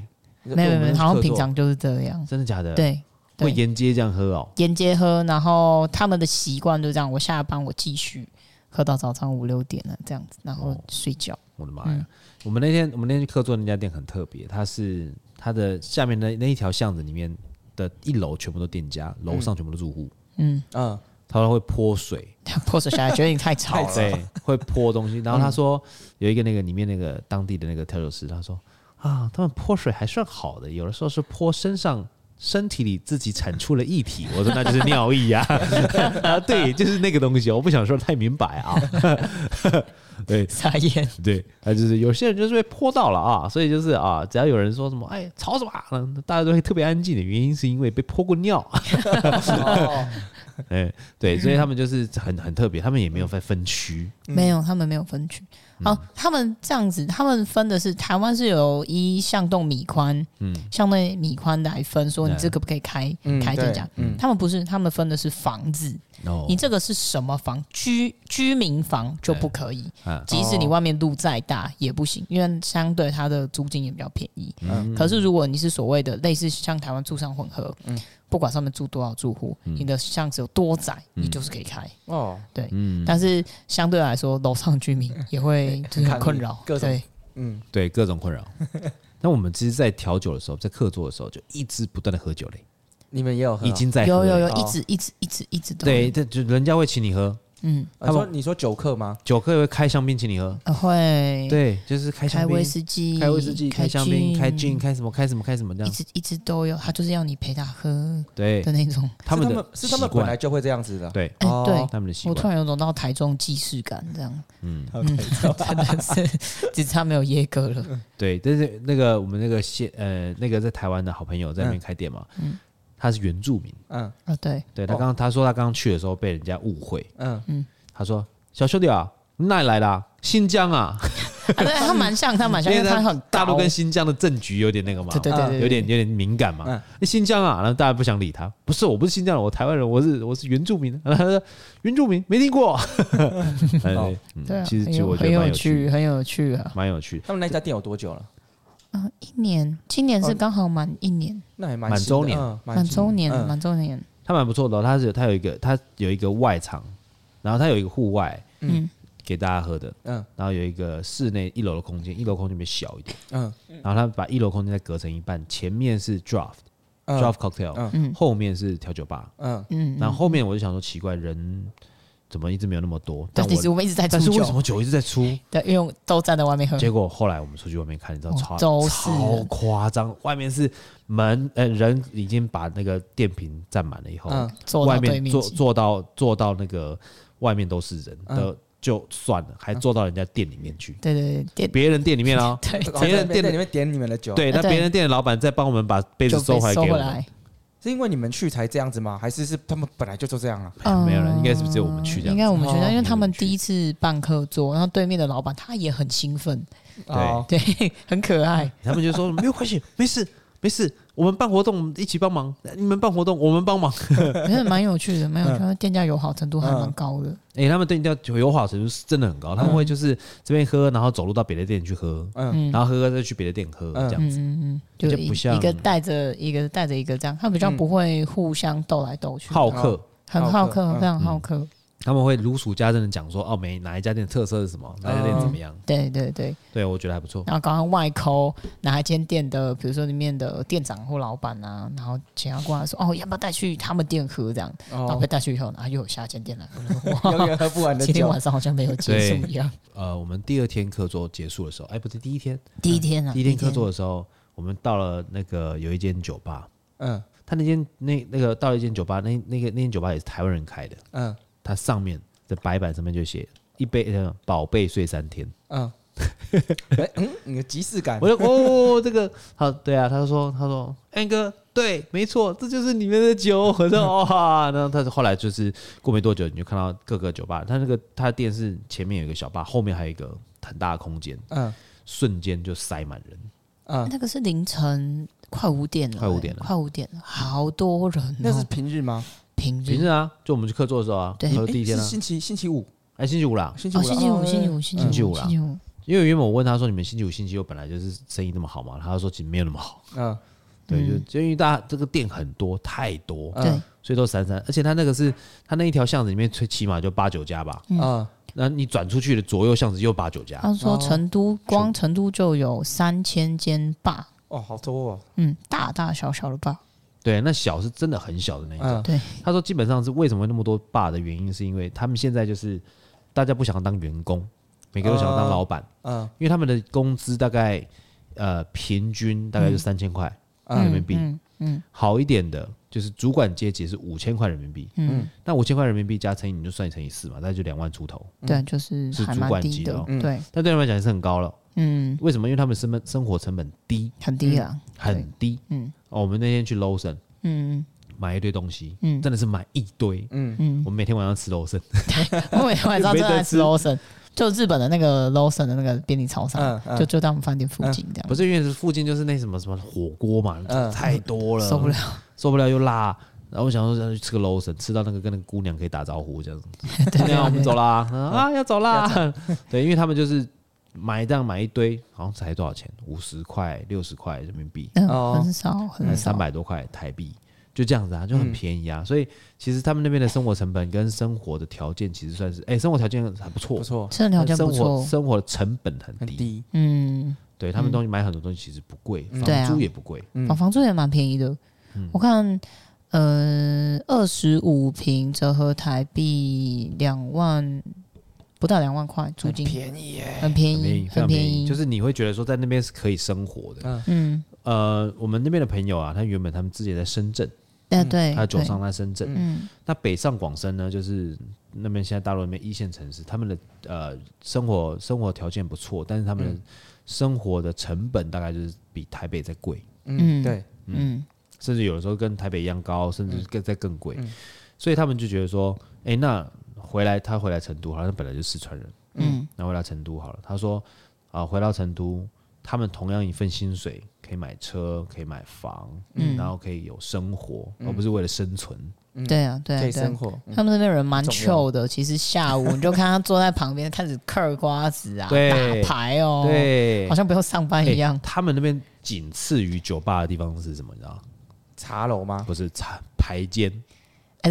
S2: 没有没有没有，好像平
S1: 我们
S2: 常就是这样。
S1: 真的假的？，
S2: 嗯对，
S1: 会
S2: 对
S1: 沿街这样喝哦、
S2: 沿街喝，然后他们的习惯就这样，我下班我继续喝到早上五六点了这样子，然
S1: 哦
S2: 后睡觉。
S1: 我的妈
S2: 嗯
S1: 呀！我们那天我们那天去客座那家店很特别，它是它的下面那那一条巷子里面的一楼全部都店家，楼上全部都住户，
S2: 嗯，
S3: 嗯，
S1: 他说会泼水，
S2: 泼水下来，觉得你太吵了。
S1: 对， 会泼东西。然后他说有一个那个里面那个当地的那个调酒师，他说啊，他们泼水还算好的，有的时候是泼身上。身体里自己产出了液体，我说那就是尿液啊， 啊对，就是那个东西，我不想说太明白啊， 对，
S2: 撒盐，
S1: 对，啊，就是有些人就是被泼到了啊，所以就是啊，只要有人说什么，哎，吵什么啊，大家都会特别安静的原因是因为被泼过尿，
S3: 哦，
S1: 哎，对，所以他们就是很很特别，他们也没有在分区，
S3: 嗯
S2: 没有，他们没有分区。哦，他们这样子，他们分的是台湾是有依巷洞米宽，
S1: 嗯
S2: 嗯，巷内米宽来分，说你
S1: 对
S2: 这个不可以开
S3: 嗯
S2: 开店
S3: 对
S2: 家。
S3: 嗯
S2: 他们不是，他们分的是房子，
S1: 哦
S2: 你这个是什么房？居居民房就不可以
S1: 啊，
S2: 即使你外面路再大也不行，因为相对它的租金也比较便宜。
S3: 哦嗯
S2: 可是如果你是所谓的类似像台湾住商混合，不管上面住多少住户，
S3: 嗯
S2: 你的巷子有多窄，你就是可以开。
S3: 哦，
S2: 对，
S1: 嗯，
S2: 但是相对来说，楼上居民也会 就是很困扰，
S3: 各种
S2: 对，
S3: 嗯，
S1: 对各种困 扰。那我们其实，在调酒的时候，在客座的时候，就一直不断的喝酒嘞，
S3: 你们也有喝啊
S1: 已经在喝
S2: 哦
S1: 哦
S2: 有有有，
S1: 了
S2: 一直一直一直一直都
S1: 对，这就人家会请你喝，
S2: 嗯，
S3: 他呃说你说酒客吗？
S1: 酒客也会开香槟请你喝，
S2: 呃会
S1: 对，就是开
S2: 开
S1: 香
S2: 威
S1: 槟、
S2: 士忌，
S1: 开威士忌、开香槟、开 gin、
S2: gin，
S1: 开什么、开什么、开什么这
S2: 一
S1: 样。
S2: 直一直都有，他就是要你陪他喝
S1: 对
S2: 的，那种。
S1: 他们
S3: 是
S1: 的
S3: 是他
S1: 习
S3: 们本
S1: 惯
S3: 来就会这样子的。
S1: 对
S2: 哎、
S3: 哦
S2: 对，
S1: 他们的习
S2: 我突
S1: 惯，
S2: 然有种到台中既视感，这样，
S1: 嗯，
S2: 嗯， 真的是，只差没有椰哥了。
S1: 对。但是那个我们那个现呃那个在台湾的好朋友在那边开店嘛，
S2: 嗯
S1: 他是原住民，
S3: 嗯
S2: 啊，对，
S1: 对他
S3: 哦
S1: 刚刚他说他刚刚去的时候被人家误会，
S3: 嗯，
S1: 他说小兄弟啊，你哪里来的啊、新疆啊，
S2: 啊，对他蛮像，他蛮像，因为他很
S1: 大陆
S2: 高
S1: 跟新疆的政局有点那个嘛，啊
S2: 对对对对对，
S1: 有点有点敏感嘛。
S3: 嗯
S1: 那新疆啊，然后大家不想理他。不是，我不是新疆人，我台湾人，我是我是原住民。 然后他说原住民没听过。 哎
S3: 哦
S1: 嗯
S2: 对啊，
S1: 其实其
S2: 很
S1: 实
S2: 有
S1: 我觉得蛮
S2: 很有
S1: 有
S2: 趣，
S1: 趣，
S2: 很有趣啊。
S1: 蛮有趣。
S3: 他们那家店有多久了？
S2: 嗯，一年，今年
S1: 哦
S2: 是刚好满一年，
S3: 那也蛮
S1: 满
S3: 新的
S1: 周年
S3: 嗯
S2: 满
S3: 新的
S2: 周年，
S3: 嗯
S2: 满周年。
S1: 他蛮不错的哦、他是有他有一个他有一个外场，然后他有一个户外，
S2: 嗯
S1: 给大家喝的，
S3: 嗯
S1: 然后有一个室内一楼的空间，一楼空间比较小一点，
S3: 嗯
S1: 然后他把一楼空间再隔成一半，前面是 draft
S3: 嗯
S1: draft cocktail，、
S2: 嗯
S1: 后面是调酒吧。
S3: 嗯，
S2: 嗯，
S1: 然后后面我就想说，奇怪，人怎么一直没有那么多？但
S2: 但其
S1: 我
S2: 实我们一直在出
S1: 但是为什
S2: 酒，
S1: 么酒一直在出？
S2: 对，因为我都站在外面喝，
S1: 结果后来我们出去外面看，你知道
S2: 哦
S1: 超
S2: 都是
S1: 超夸张，外面是门呃人已经把那个电瓶占满了以后，
S3: 嗯
S2: 坐到
S1: 外
S2: 对
S1: 面
S2: 面
S1: 坐
S2: 去
S1: 坐到坐到那个外面都是人
S3: 嗯
S1: 的就算了，
S2: 嗯
S1: 还坐到人家店里面去，
S2: 对对对，店，
S1: 别人店里面哦
S2: 对
S3: 然后
S1: 别
S3: 在
S1: 人
S3: 店
S1: 店
S3: 里面点你们的酒，，
S1: 对，那
S2: 对
S1: 别人店的老板再帮我们把杯
S2: 就
S1: 子
S2: 被
S1: 收回来
S2: 收
S1: 给我
S2: 回
S1: 们
S2: 来。。
S3: 是因为你们去才这样子吗？还是是他们本来就都这样啊？
S1: 哎没有了，应该是不是只有我们去这
S2: 嗯应
S1: 样子？
S2: 该我们觉
S3: 哦
S2: 得，因为
S1: 应该
S2: 他们
S1: 我们去
S2: 第一次办课桌，然后对面的老板他也很兴奋，
S1: 对
S3: 哦
S2: 对，很 可爱，
S1: 他们就说没有关系，没事没事，我们办活动我们一起帮忙，你们办活动我们帮忙。
S2: 我觉得蛮有趣
S1: 嗯
S2: 的，蛮有趣的，店家友好程度还蛮
S3: 嗯
S2: 高的。
S1: 哎、他们对你的友好程度是真的很高，他们会就是这边喝，然后走路到别的店去喝，
S2: 嗯
S1: 然后喝喝再去别的店喝，
S3: 嗯
S1: 这样
S2: 嗯
S1: 子。
S2: 嗯嗯，就
S1: 就
S2: 一
S1: 不像
S2: 一个带着一个带着一个这样，他比较
S3: 嗯
S2: 不会互相斗来斗去，
S1: 好客，
S2: 很好
S3: 好
S2: 客
S3: 客，
S2: 非
S3: 嗯
S2: 常好客。
S1: 他们会如数家珍的讲说，哦，每哪一家店的特色是什么，哪一家店怎么样。
S2: 对对对，
S1: 对我觉得还不错。
S2: 然后刚刚外抠哪一间店的，比如说里面的店长或老板啊，然后请他过来说，哦，要不要带去他们店喝这样？然后被
S3: 哦，
S2: 带去以后，然后又有下一间店来喝了。
S3: 永
S2: 哇
S3: 远喝不完的
S2: 今天
S3: 酒
S2: 晚，上好像没有结束一样。
S1: 呃，我们第二天课桌结束的时候，哎、不对，第一天，
S2: 第一天啊，
S1: 嗯第一天课桌的时候，我们到了那个有一间酒吧，
S3: 嗯
S1: 他那间那那个到了一间酒吧，那那个那间酒吧也是台湾人开的，
S3: 嗯
S1: 它上面的白板上面就写一杯呃宝贝睡三天。
S3: 嗯，哎嗯，你的即视感
S1: 我，就哦，这个好，对啊，他说他说安哥，对，没错，这就是你们的酒。 我 说哇，然后他后来就是过没多久，你就看到各个酒吧，他那个他的店是前面有一个小吧，后面还有一个很大的空间，
S3: 嗯
S1: 瞬间就塞满人。
S3: 嗯，
S2: 那个是凌晨快五点了欸，
S1: 快5点了
S2: 快五点了，好多人哦。
S3: 那是平日吗？
S2: 平
S1: 平
S2: 日
S1: 日啊，就我们去客座的时候啊，
S2: 对
S1: 喝
S3: 诶
S1: 第一天
S3: 是
S1: 啊，
S3: 星期星期五，
S1: 哎，星期五啦，
S3: 星期五
S2: 哦，
S3: 啦，
S2: 星期五，
S3: 哦
S2: 星期五，星期五，
S1: 星期五啦
S2: 星期五。
S1: 因为原本我问他说你们星期五、星期六本来就是生意那么好嘛，他说其实没有那么好。
S3: 嗯
S1: 对，就
S2: 嗯
S1: 就因为大家这个店很多，太多，
S3: 嗯
S2: 对，
S1: 所以都散散。而且他那个是他那一条巷子里面最起码就八九家吧，
S3: 嗯
S1: 那你转出去的左右巷子又八九家，
S2: 他说
S3: 哦
S2: 成都光成都就有三千间坝，
S3: 哦，好多哦，
S2: 嗯，大大小小的坝，
S1: 对，那小是真的很小的那一种。
S3: 嗯
S2: 对，
S1: 他说，基本上是为什么会那么多爸的原因，是因为他们现在就是大家不想要当员工，每个都想要当老板，
S3: 嗯
S1: 因为他们的工资大概呃平均大概就三千块人民币，
S2: 嗯嗯
S1: 好一点的就是主管阶级是五千块人民币，
S2: 嗯，
S1: 那五千块人民币加乘以你就算乘以四嘛，大概就两万出头，
S2: 对，就是
S1: 嗯是
S2: 还
S1: 主
S2: 蛮
S1: 管
S2: 低
S1: 级的
S2: 的
S1: 哦，
S3: 嗯
S2: 对，
S1: 但对他们来讲也是很高了。
S2: 嗯，
S1: 为什么？因为他们生本生活成本低，
S2: 很低啊，
S1: 很低。
S2: 嗯
S1: 哦，我们那天去 Lawson
S2: 嗯
S1: 买一堆东西，
S2: 嗯
S1: 真的是买一堆，
S3: 嗯
S2: 嗯，
S1: 我们每天晚上吃肉身，
S2: 我每天晚上
S1: 没
S2: 都
S1: 得
S2: 在吃
S1: 吃
S2: Lawson，就日本的那个 Lawson 的那个便利超商
S3: 嗯，嗯
S2: 就就在我们饭店附近这样，
S1: 不是因为是附近就是那什么什么火锅嘛，
S3: 嗯
S1: 太多了，
S2: 受不了，
S1: 受不了又辣。然后我想说要去吃个 l o s o n 吃到那个跟那个姑娘可以打招呼这样子。姑娘，我们走啦！嗯啊，要走啦！ 对，因为他们就是买这样买一堆，好像才多少钱？五十块、六十块人民币，
S2: 嗯，
S3: 哦
S2: 很少很少
S1: 三，百多块台币，就这样子啊，就很
S3: 嗯
S1: 便宜啊。所以其实他们那边的生活成本跟生活的条件其实算是，哎，生活条件还不错
S3: 不，错，
S2: 吃的条件
S1: 生
S2: 不
S1: 活
S2: 错，
S1: 生活的成本很
S3: 很
S1: 低，
S3: 低，
S2: 嗯，
S1: 对他们东西买很多东西其实不贵，
S3: 嗯
S2: 对
S1: 房
S2: 啊
S1: 租也不贵，
S3: 嗯
S2: 哦，房租也蛮便宜的。我看，呃，二十五平折合台币两万，不到两万块租
S3: 很
S2: 金，
S3: 便宜耶，
S2: 很便
S1: 很便宜，非
S2: 宜，
S1: 常
S2: 很
S1: 便
S2: 便
S1: 宜，
S2: 宜，
S1: 就是你会觉得说在那边是可以生活的。
S3: 嗯，
S2: 嗯，
S1: 呃，我们那边的朋友啊，他原本他们自己也在深圳，
S2: 对嗯对，
S1: 他
S2: 对
S1: 走上在深圳。
S2: 嗯
S1: 那北上广深呢，就是那边现在大陆那边一线城市，他们的呃生活生活条件不错，但是他们
S2: 嗯
S1: 的生活的成本大概就是比台北再贵，
S3: 嗯，对，
S2: 嗯
S1: 甚至有的时候跟台北一样高，甚至更再更贵。
S3: 嗯
S1: 所以他们就觉得说，诶，那回来他回来成都，好像本来就四川人，
S2: 嗯
S1: 那回到成都好了，他说啊、回到成都，他们同样一份薪水可以买车，可以买房，
S2: 嗯
S1: 然后可以有生活，而不是为了生存。
S3: 嗯
S2: 对啊对啊
S3: 可以
S2: 对啊
S3: 生。活，嗯
S2: 他们那边人蛮
S3: 重要
S2: chill 的，其实 下午你就看他坐在旁边开始嗑瓜子啊，
S1: 对
S2: 打牌哦，，
S1: 对
S2: 好，像不用上班
S1: 诶
S2: 一样。
S1: 他们那边仅次于酒吧的地方是什么？你知道吗？
S3: 茶楼 吗？
S1: 不是茶排间、
S2: 哎，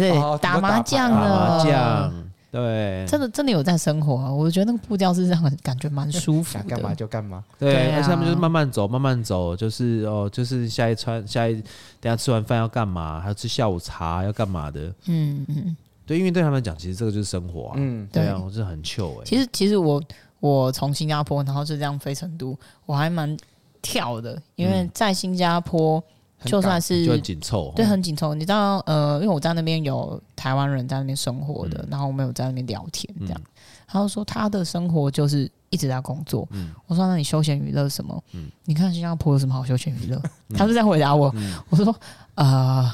S3: 哦
S2: 对，
S3: 怎么打
S2: 麻
S3: 牌
S2: 将
S1: 打
S2: 的，
S1: 麻将，对
S2: 真的真的有在生活啊。我觉得那个步调是让人感觉蛮舒服
S3: 想
S2: 的
S3: 干。嘛就干嘛，
S1: 对，
S2: 对
S1: 而且他们就是
S2: 啊
S1: 慢慢走，慢慢走，就是哦，就是下一餐，下一等一下吃完饭要干嘛？还要吃下午茶要干嘛的？
S2: 嗯嗯，
S1: 对，因为对他们来讲，其实这个就是生活啊。
S3: 嗯，
S1: 对
S2: 对
S1: 啊，我是很 chill 哎、
S2: 其实其实我我从新加坡，然后就这样飞成都，我还蛮跳的，因为在新加坡
S3: 嗯很
S2: 就算
S3: 赶
S2: 是
S1: 就很紧凑哦，
S2: 对，很紧凑。你知道，呃，因为我在那边有台湾人在那边生活的，
S1: 嗯
S2: 然后我们有在那边聊天，这样。他就说他的生活就是一直在工作。
S1: 嗯
S2: 我说那你休闲娱乐什么？你看新加坡有什么好休闲娱乐？
S1: 嗯
S2: 他是这样回答我。我说呃，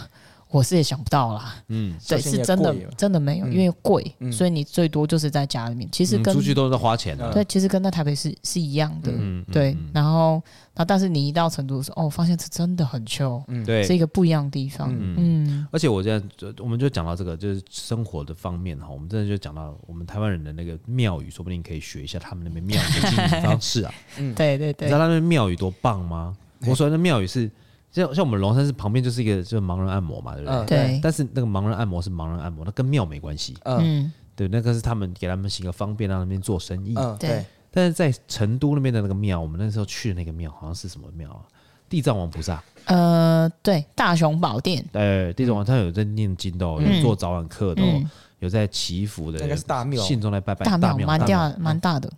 S2: 我是也想不到啦。
S1: 嗯，
S3: 休
S2: 对，是
S3: 闲也
S2: 真的
S3: 贵了
S2: 真的没有，
S3: 嗯
S2: 因为贵，
S3: 嗯
S2: 所以你最多就是在家里面。其实
S1: 嗯
S2: 跟、
S1: 出去都是花钱的、
S2: 对，其实跟在台北是是一样的。
S1: 嗯，嗯
S2: 对，
S1: 嗯
S2: 然后，然后但是你一到成都的时候，哦，发现这真的很秋，是
S1: 对，
S2: 一个不一样的地方。
S3: 嗯
S2: 嗯
S1: 而且我现在就我们就讲到这个，就是生活的方面哈，我们真的就讲到我们台湾人的那个庙宇，说不定可以学一下他们那边庙宇的经营方式啊。
S2: 对 对
S1: 你
S2: 对
S1: 知道，他们庙宇多棒吗？
S3: 嘿
S1: 我说那庙宇是像像我们龙山寺旁边就是一个就是盲人按摩嘛，对不对？
S3: 嗯
S2: 对，
S1: 但是那个盲人按摩是盲人按摩，那跟庙没关系，
S3: 嗯
S2: 嗯
S1: 对，那个是他们给他们行个方便，让他们做生意。
S3: 嗯，对
S2: 对，
S1: 但是在成都那边的那个庙，我们那时候去的那个庙好像是什么庙啊？地藏王菩萨，
S2: 呃，对，大雄宝殿，
S1: 呃，地藏王他有在念经的、哦，
S2: 嗯
S1: 有做早晚课的、哦，
S2: 嗯，
S1: 有在祈福的，
S3: 那个是大庙，
S1: 信众来拜拜。
S2: 大庙
S1: 庙嗯
S2: 蛮
S1: 大庙，
S2: 大蛮大的，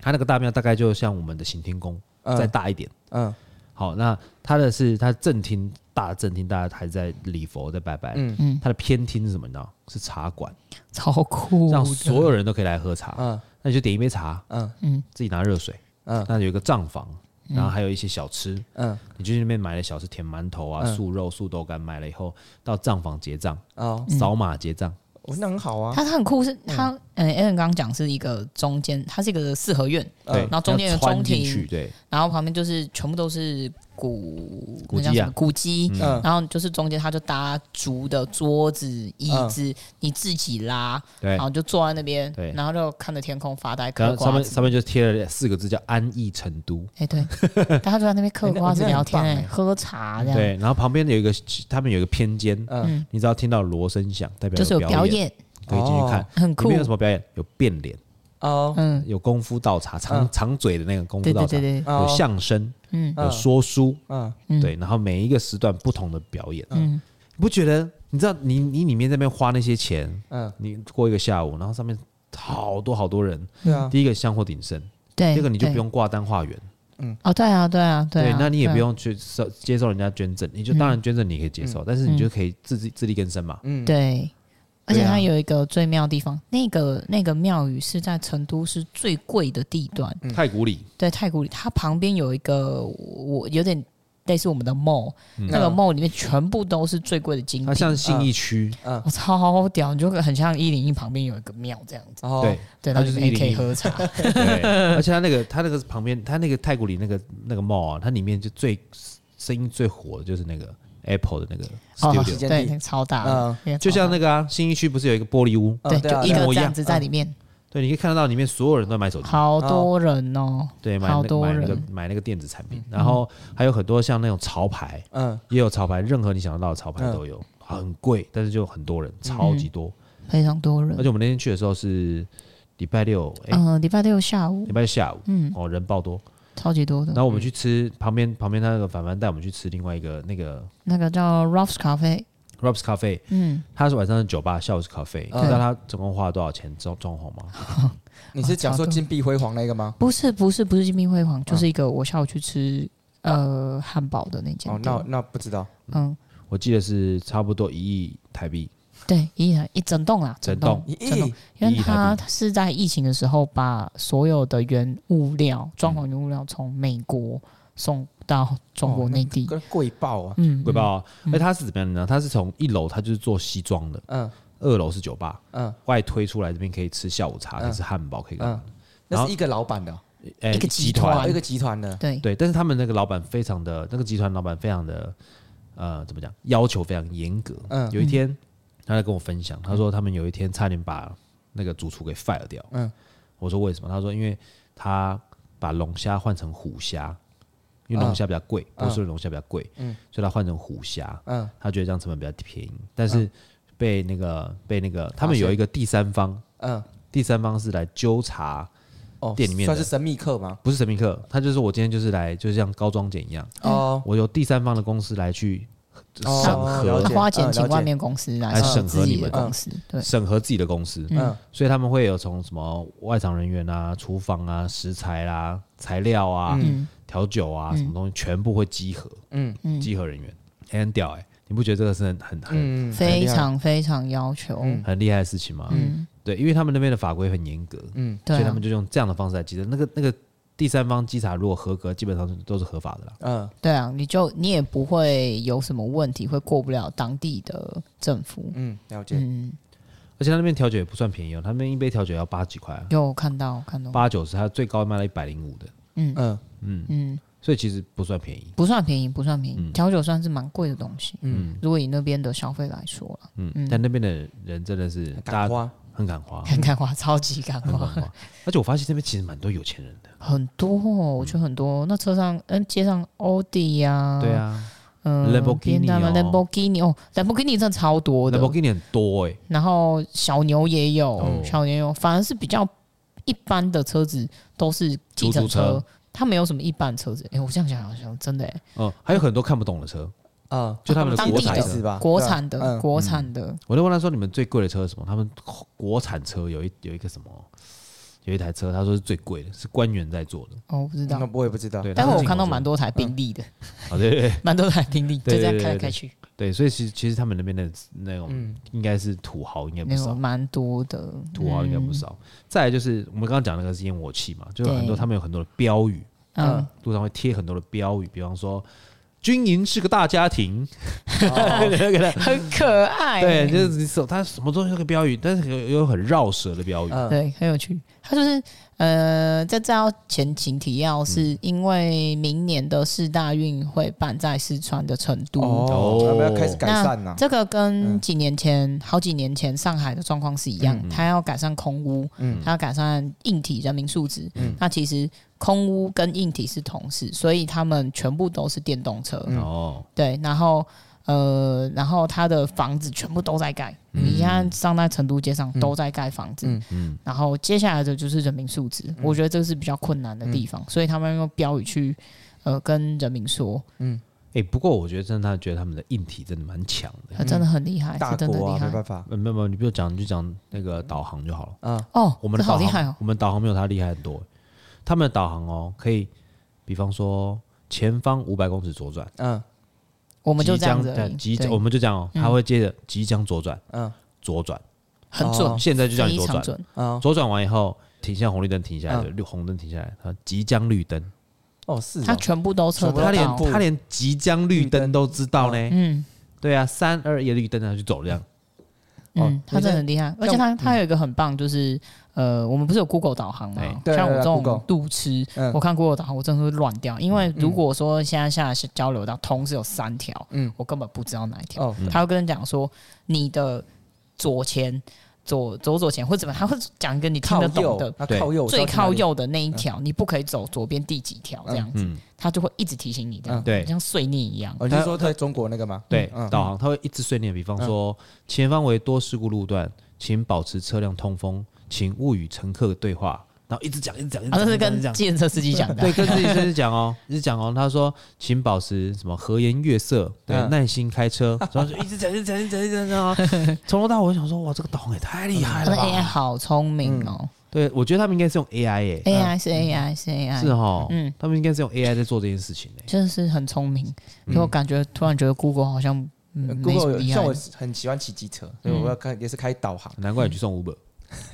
S1: 他那个大庙大概就像我们的行天宫、再
S3: 嗯
S1: 大一点。
S3: 嗯
S1: 好，那他的是他正厅大的正厅，大家还在礼佛在拜拜。
S3: 嗯
S2: 嗯，
S1: 他的偏厅是什么？你知道？是茶馆，
S2: 超酷的，
S1: 让所有人都可以来喝茶。
S3: 嗯
S1: 那你就点一杯茶，
S3: 嗯
S2: 嗯
S1: 自己拿热水。
S3: 嗯
S1: 那有一个账房，然后还有一些小吃。
S3: 嗯，
S1: 你去那边买了小吃，甜馒头啊、
S3: 嗯
S1: 素肉、素豆干，买了以后到账房结账，
S3: 哦，
S2: 嗯
S1: 扫码结账。
S3: 哦那很好啊，
S2: 它它很酷，是它，嗯，Alan 刚刚讲是一个中间，它是一个四合院，
S3: 嗯
S1: 对，
S2: 然后中间有
S1: 要穿
S2: 中
S1: 进
S2: 庭
S1: 去，对，
S2: 然后旁边就是全部都是古
S1: 古
S2: 那叫
S1: 迹啊
S2: 什么古迹，
S3: 嗯
S2: 然后就是中间它就搭竹的桌子、椅子，你自己拉，
S1: 嗯对
S2: 然。后就坐在那边
S1: 对，
S2: 然后就看着天空发呆
S1: 然
S2: 嗑
S1: 后上
S2: 瓜
S1: 面
S2: 子。
S1: 上面就贴了四个字叫“安逸成都
S2: 哎，对，大家就在那边嗑
S3: 哎那
S2: 瓜子
S3: 那很
S2: 聊天，
S3: 棒
S2: 哎
S1: 欸
S3: 哎
S2: 喝茶”，这样。
S1: 对。然后旁边有一个，他们有一个偏间，
S3: 嗯
S1: 你只要听到锣声响，代表
S2: 就是有表
S1: 表演，
S2: 演，
S1: 可以进去看
S3: 哦。
S2: 很
S1: 里
S2: 酷
S1: 面。有什么表演？有变脸，
S3: 哦
S2: 嗯，
S1: 有功夫倒茶，长
S3: 嗯
S1: 长嘴的那个功夫
S2: 对
S1: 倒
S2: 对
S1: 茶
S2: 对，对，
S1: 有
S3: 哦
S1: 相声，
S2: 嗯
S1: 有说书，
S3: 嗯
S2: 嗯，
S1: 对。然后每一个时段不同的表演，
S2: 嗯，
S1: 你不觉得？你知道，你你里面在那边花那些钱，
S3: 嗯，
S1: 你过一个下午，然后上面好多好多人。
S3: 对啊，
S1: 第一个香火鼎盛，
S2: 对。
S1: 第二个你就
S2: 对
S1: 不用挂单化缘，
S2: 哦，对啊，对啊，啊。
S1: 那你也
S2: 对啊
S1: 不。用去受接受人家捐赠，你就
S2: 嗯
S1: 当然捐赠你可以接受，但是你就可以自己自力更生嘛。
S3: 嗯，
S2: 对，而且
S3: 对啊
S2: 它有一个最妙的地方，那个那个庙宇是在成都是最贵的地段，
S3: 嗯
S1: 太古里，
S2: 对，太古里，它旁边有一个我有点类似我们的 mall，
S1: 嗯
S2: 那个 mall 里面全部都是最贵的精
S1: 它
S2: 品。
S1: 像信义区，
S3: 嗯
S2: 我超屌，你就很像一零一旁边有一个庙这样子，
S3: 然后
S1: 对，
S2: 对，
S1: 它
S2: 然后
S1: 就是
S2: 里面可以
S1: 101
S2: 喝茶，
S1: 对，而且它那个它那个旁边，它那个太古里那个那个 mall 啊，它里面就最声音最火的就是那个 Apple 的那个
S2: 哦，
S1: studio，、
S3: 间
S2: 对，
S3: 地
S2: 那个超大
S3: 嗯
S2: 的，那个
S1: 就
S2: 超大
S1: 像那个啊，新一区不是有一个玻璃屋？
S3: 嗯
S2: 对，
S3: 对啊
S2: 就一
S1: 一模
S2: 个
S1: 一
S2: 这
S1: 样
S2: 样子在里面，
S1: 对，你可以看得到里面所有人都在买手机，
S2: 好多人哦，
S3: 啊
S1: 对，买
S2: 好
S1: 那
S2: 多
S1: 买那个
S2: 人嗯
S1: 买那个电子产品，然后还有很多像那种潮牌，
S3: 嗯
S1: 也有潮牌，任何你想得到的潮
S2: 嗯
S1: 牌都有，很贵，但是就很多人，超级多。
S2: 非常多人
S1: 而。且我们那天去的时候是礼拜六，哎、
S2: 嗯，礼拜六下午
S3: 哎
S1: 礼，拜六下午，
S2: 嗯，
S1: 哦，人爆多。
S2: 超级多的
S1: 然。后我们去吃旁边旁边他那个反凡带我们去吃另外一个那个
S2: 那个叫 Ralph's Cafe，
S1: Rob's Cafe，嗯，它是晚上是酒吧，下午是咖啡。
S3: 嗯
S1: 你知道它总共花了多少钱装装潢吗？
S3: 你是
S2: 啊
S3: 讲说金碧辉煌那个吗？
S2: 不是不是不是金碧辉
S3: 啊
S2: 煌，就是一个我下午去吃呃汉堡的那间
S3: 哦，
S2: 店。
S3: 那那不知道，
S2: 嗯，
S1: 我记得是差不多一亿台币，
S2: 对，一一整栋啦，
S1: 整
S2: 整
S1: 栋
S2: 栋，
S3: 一
S2: 真
S3: 亿
S2: 的因为
S1: 一亿台
S2: 它
S1: 币
S2: 是在疫情的时候把所有的原物料、装潢原物料从美国送到中国内地。
S3: 哦跟贵爆啊！
S2: 嗯，
S1: 贵吧？那它哎是怎么样的呢？它是从一楼，它就是做西装的，
S3: 嗯
S1: 二楼是酒吧，
S3: 嗯
S1: 外推出来这边可以吃下午茶，可以吃汉堡，可以干嘛
S3: 嗯，那是一个老板的哦，
S1: 哎
S2: 一个集团
S3: 哦一个集团的，
S2: 对
S1: 对，但是他们那个老板非常的，那个集团老板非常的，呃，怎么讲？要求非常严格。
S3: 嗯
S1: 有一天他在跟我分享，他说他们有一天差点把那个主厨给 fire 掉。
S3: 嗯
S1: 我说为什么？他说因为他把龙虾换成虎虾，因为
S3: 嗯
S1: 龙虾比较贵，波士顿龙虾比较贵，所以他换成虎虾，
S3: 嗯
S1: 他觉得这样成本比较便宜，但是被那个被那个他们有一个第三方，
S3: 嗯，
S1: 第三方是来纠察。
S3: 哦，
S1: 店里面的
S3: 算是神秘客吗？
S1: 不是神秘客，他就是我今天就是来，就是像高庄检一样，
S2: 嗯
S3: 哦，
S1: 我由第三方的公司来去
S3: 哦
S1: 审
S3: 了
S1: 核
S3: 解
S2: 花
S3: 嗯
S2: 钱请
S3: 了解
S2: 外面公司来
S1: 来审
S2: 审
S1: 核
S2: 自己
S1: 你们
S2: 的公司，对，
S1: 审核自己的公司，
S3: 嗯
S1: 所以他们会有从什么外场人员啊、厨房啊、食材啦、材料啊、
S2: 嗯
S1: 调酒啊，什么东西全部会集合，
S3: 嗯
S1: 集合人员，欸很屌哎、你不觉得这个是很很很
S3: 嗯，
S2: 非
S3: 很厉害
S2: 常非常要求，
S3: 嗯
S1: 很厉害的事情吗？
S2: 嗯，
S1: 对，因为他们那边的法规很严格，
S3: 嗯
S2: 对
S1: 所以他
S2: 啊
S1: 们，就用这样的方式来稽查。那个那个第三方稽查如果合格，基本上都是合法的啦。
S3: 嗯
S2: 对啊，你就你也不会有什么问题，会过不了当地的政府，
S3: 嗯，了解。
S2: 嗯，
S1: 而且他那边调酒也不算便宜哦，他那边一杯调酒要八几块、啊，
S2: 有看到看到，
S1: 八九十，他最高卖到一百零五的，
S3: 嗯
S2: 嗯，
S1: 所以其实不算便宜。
S2: 不算便宜，不算便
S1: 嗯
S2: 宜，调酒算是蛮贵的东西，嗯，如果以那边的消费来说啦，
S1: 嗯，但那边的人真的是大
S3: 打
S1: 家
S3: 花，
S1: 很敢花，
S2: 很敢花，超级敢
S1: 很敢
S2: 花，
S1: 花。而且我发现这边其实蛮多有钱人的。
S2: 很多哦，我觉得很多，那车上嗯街上欧迪呀，
S1: 对。啊
S2: 嗯
S1: Lamborghini 哦
S2: l a m b o r g h i n i 哦，Lamborghini 真的超多的，
S1: ，Lamborghini 很多哎，
S2: 然后小牛也有，
S1: 哦
S2: 小牛有，反而是比较一般的车子都是计
S1: 出租
S2: 程
S1: 车，
S2: 它没有什么一般车子。哎、我这样想好像真的、诶
S1: 嗯，还有很多看不懂的车，
S3: 嗯，
S1: 就他们的
S2: 当
S1: 国
S2: 地
S1: 产
S2: 的
S3: 牌子
S1: 车。
S3: 吧，
S2: 国产的，
S3: 对啊嗯
S2: 国产的，
S1: 我就问他说：“你们最贵的车是什么？”他们国产车有一有一个什么，有一台车，他说是最贵的，是官员在做 的。
S2: 哦，我不知道
S3: 嗯那。我也不知道。
S1: 对，
S2: 但是
S1: 他
S2: 我
S1: 们
S2: 看到
S1: 进口车
S2: 蛮多台宾利的，
S1: 哦，对对对
S2: 蛮多台宾利，就
S1: 对
S2: 这样
S1: 对
S2: 开
S1: 对
S2: 来
S1: 对
S2: 开去，
S1: 对，所以其实其实他们那边的那种应该是土豪，应该不
S2: 嗯那
S1: 少
S2: 种。蛮多的。嗯
S1: 土豪应该不少。再来就是我们刚刚讲那个是烟火气嘛，就是很多
S2: 对
S1: 他们有很多的标语，
S2: 嗯，
S1: 路上会贴很多的标语，比方说“军营是个大家庭”，
S2: 很可爱、
S1: 对，就是你手他什么东西都可以标语，但是有有很绕舌的标语，
S3: 嗯
S2: 对，很有趣。他就是呃，在这要前情提
S1: 嗯
S2: 要，是因为明年的世大运会办在四川的成都。
S3: 哦，
S1: 哦
S3: 要不要开始改
S2: 那
S3: 善呐？
S2: 这个跟几年前、好几年前上海的状况是一样，
S3: 嗯
S2: 它要改善空污，它要改善硬体人民素质。
S3: 嗯
S2: 那其实空污跟硬体是同事，所以他们全部都是电动车。
S3: 嗯
S1: 哦，
S2: 对，然后呃，然后他的房子全部都在盖，你看上在成都街上都在盖房子，
S3: 嗯
S1: 嗯
S2: 然后接下来的就是人民素质，我觉得这是比较困难的地方，
S3: 嗯
S2: 所以他们用标语去呃跟人民说，
S1: 哎、不过我觉得真的，他觉得他们的硬体真的蛮强的。
S2: 呃真的很厉害，
S3: 嗯大
S2: 是真的
S3: 国
S2: 厉
S3: 啊，没
S2: 害
S3: 办法。
S1: 呃没有没有，你不用讲，你就讲那个导航就好了。
S3: 嗯，
S2: 哦，
S1: 我们的
S2: 这好
S1: 导
S2: 厉
S1: 航，
S2: 害哦，
S1: 我们导航没有他厉害很多。他们的导航哦，可以，比方说前方五百公尺左转，
S3: 嗯
S2: 我们就
S1: 即
S2: 这样
S1: 将
S2: 子而
S1: 对
S2: 已，
S1: 即
S2: 对
S1: 我们就这样哦，他会接着即将左转，
S3: 嗯
S1: 左转，
S2: 很
S3: 哦
S2: 准，
S1: 现在就叫你
S2: 非
S1: 左
S2: 常
S1: 转，
S2: 准，
S3: 嗯，
S1: 左转完以后停下红绿灯，停下来，绿红灯停下来，他即将绿灯，
S3: 哦是哦，
S2: 他全部都测
S3: 全部
S2: 得
S1: 他
S3: 都
S1: 连
S3: 到
S2: 到，
S1: 他连即将绿灯都知道呢，
S2: 嗯
S1: 对啊，三二一绿灯他就走这样，
S3: 哦
S2: 嗯，他真的很厉害，而且
S3: 嗯
S2: 他他有一个很棒，就是呃，我们不是有 Google 导航
S1: 哎
S2: 吗？
S3: 对
S2: 像我
S3: 对对
S2: 这种
S3: Google
S2: 路痴
S3: 嗯，
S2: 我看 Google 导航我真的会乱掉，因为如果说现在下交流道同时有三条
S3: 嗯，
S2: 我根本不知道哪一条，
S3: 哦
S2: 他会跟你讲说你的左前。左左左前或怎么样，他会讲一个你听
S3: 靠
S2: 得懂的
S3: 右，，他
S1: 对
S3: 靠右，
S2: 最靠，右的
S3: 嗯
S2: 那一条，你不可以走左边第几条这样子，
S1: 嗯，
S2: 他就会一直提醒你这样
S3: 嗯，
S1: 对
S2: 像碎念一样。
S3: 哦，你是说在中国那个吗？
S1: 对，
S3: 嗯
S1: 导航他会一直碎念，比方说前方为多事故路段，请保持车辆通风，请勿与乘客对话，然后一直讲，一直讲，一直
S2: 啊，
S1: 讲
S2: 这是
S1: 一直
S2: 跟
S1: 讲
S2: 计程车司机讲的
S1: 对，
S2: 啊。
S1: 跟自己生日讲哦，一直讲哦。他说，请保持什么和颜悦色，对，
S3: 嗯
S1: 耐心开车。然后就一直讲，一直讲，一直讲，一直讲啊。从头到尾，我想说，哇，这个导航也太厉害
S2: 他
S1: 了
S2: 说 AI
S1: 吧！
S2: 好聪明哦
S1: 对，我觉得他们应该是用 AI 哎，
S2: ，AI 是 AI 是
S1: 是
S2: AI，
S1: 哦，
S2: 嗯
S1: 他们应该是用 AI 在做这件事情哎。
S2: 真的是很聪明。可我感觉突然觉得 Google 好像嗯没什么
S3: Google
S2: 厉
S3: 像
S2: 害
S3: 我。很喜欢骑机车，所以
S1: 嗯
S3: 我要开也是开 导航，
S1: 难怪你去送啊 Uber，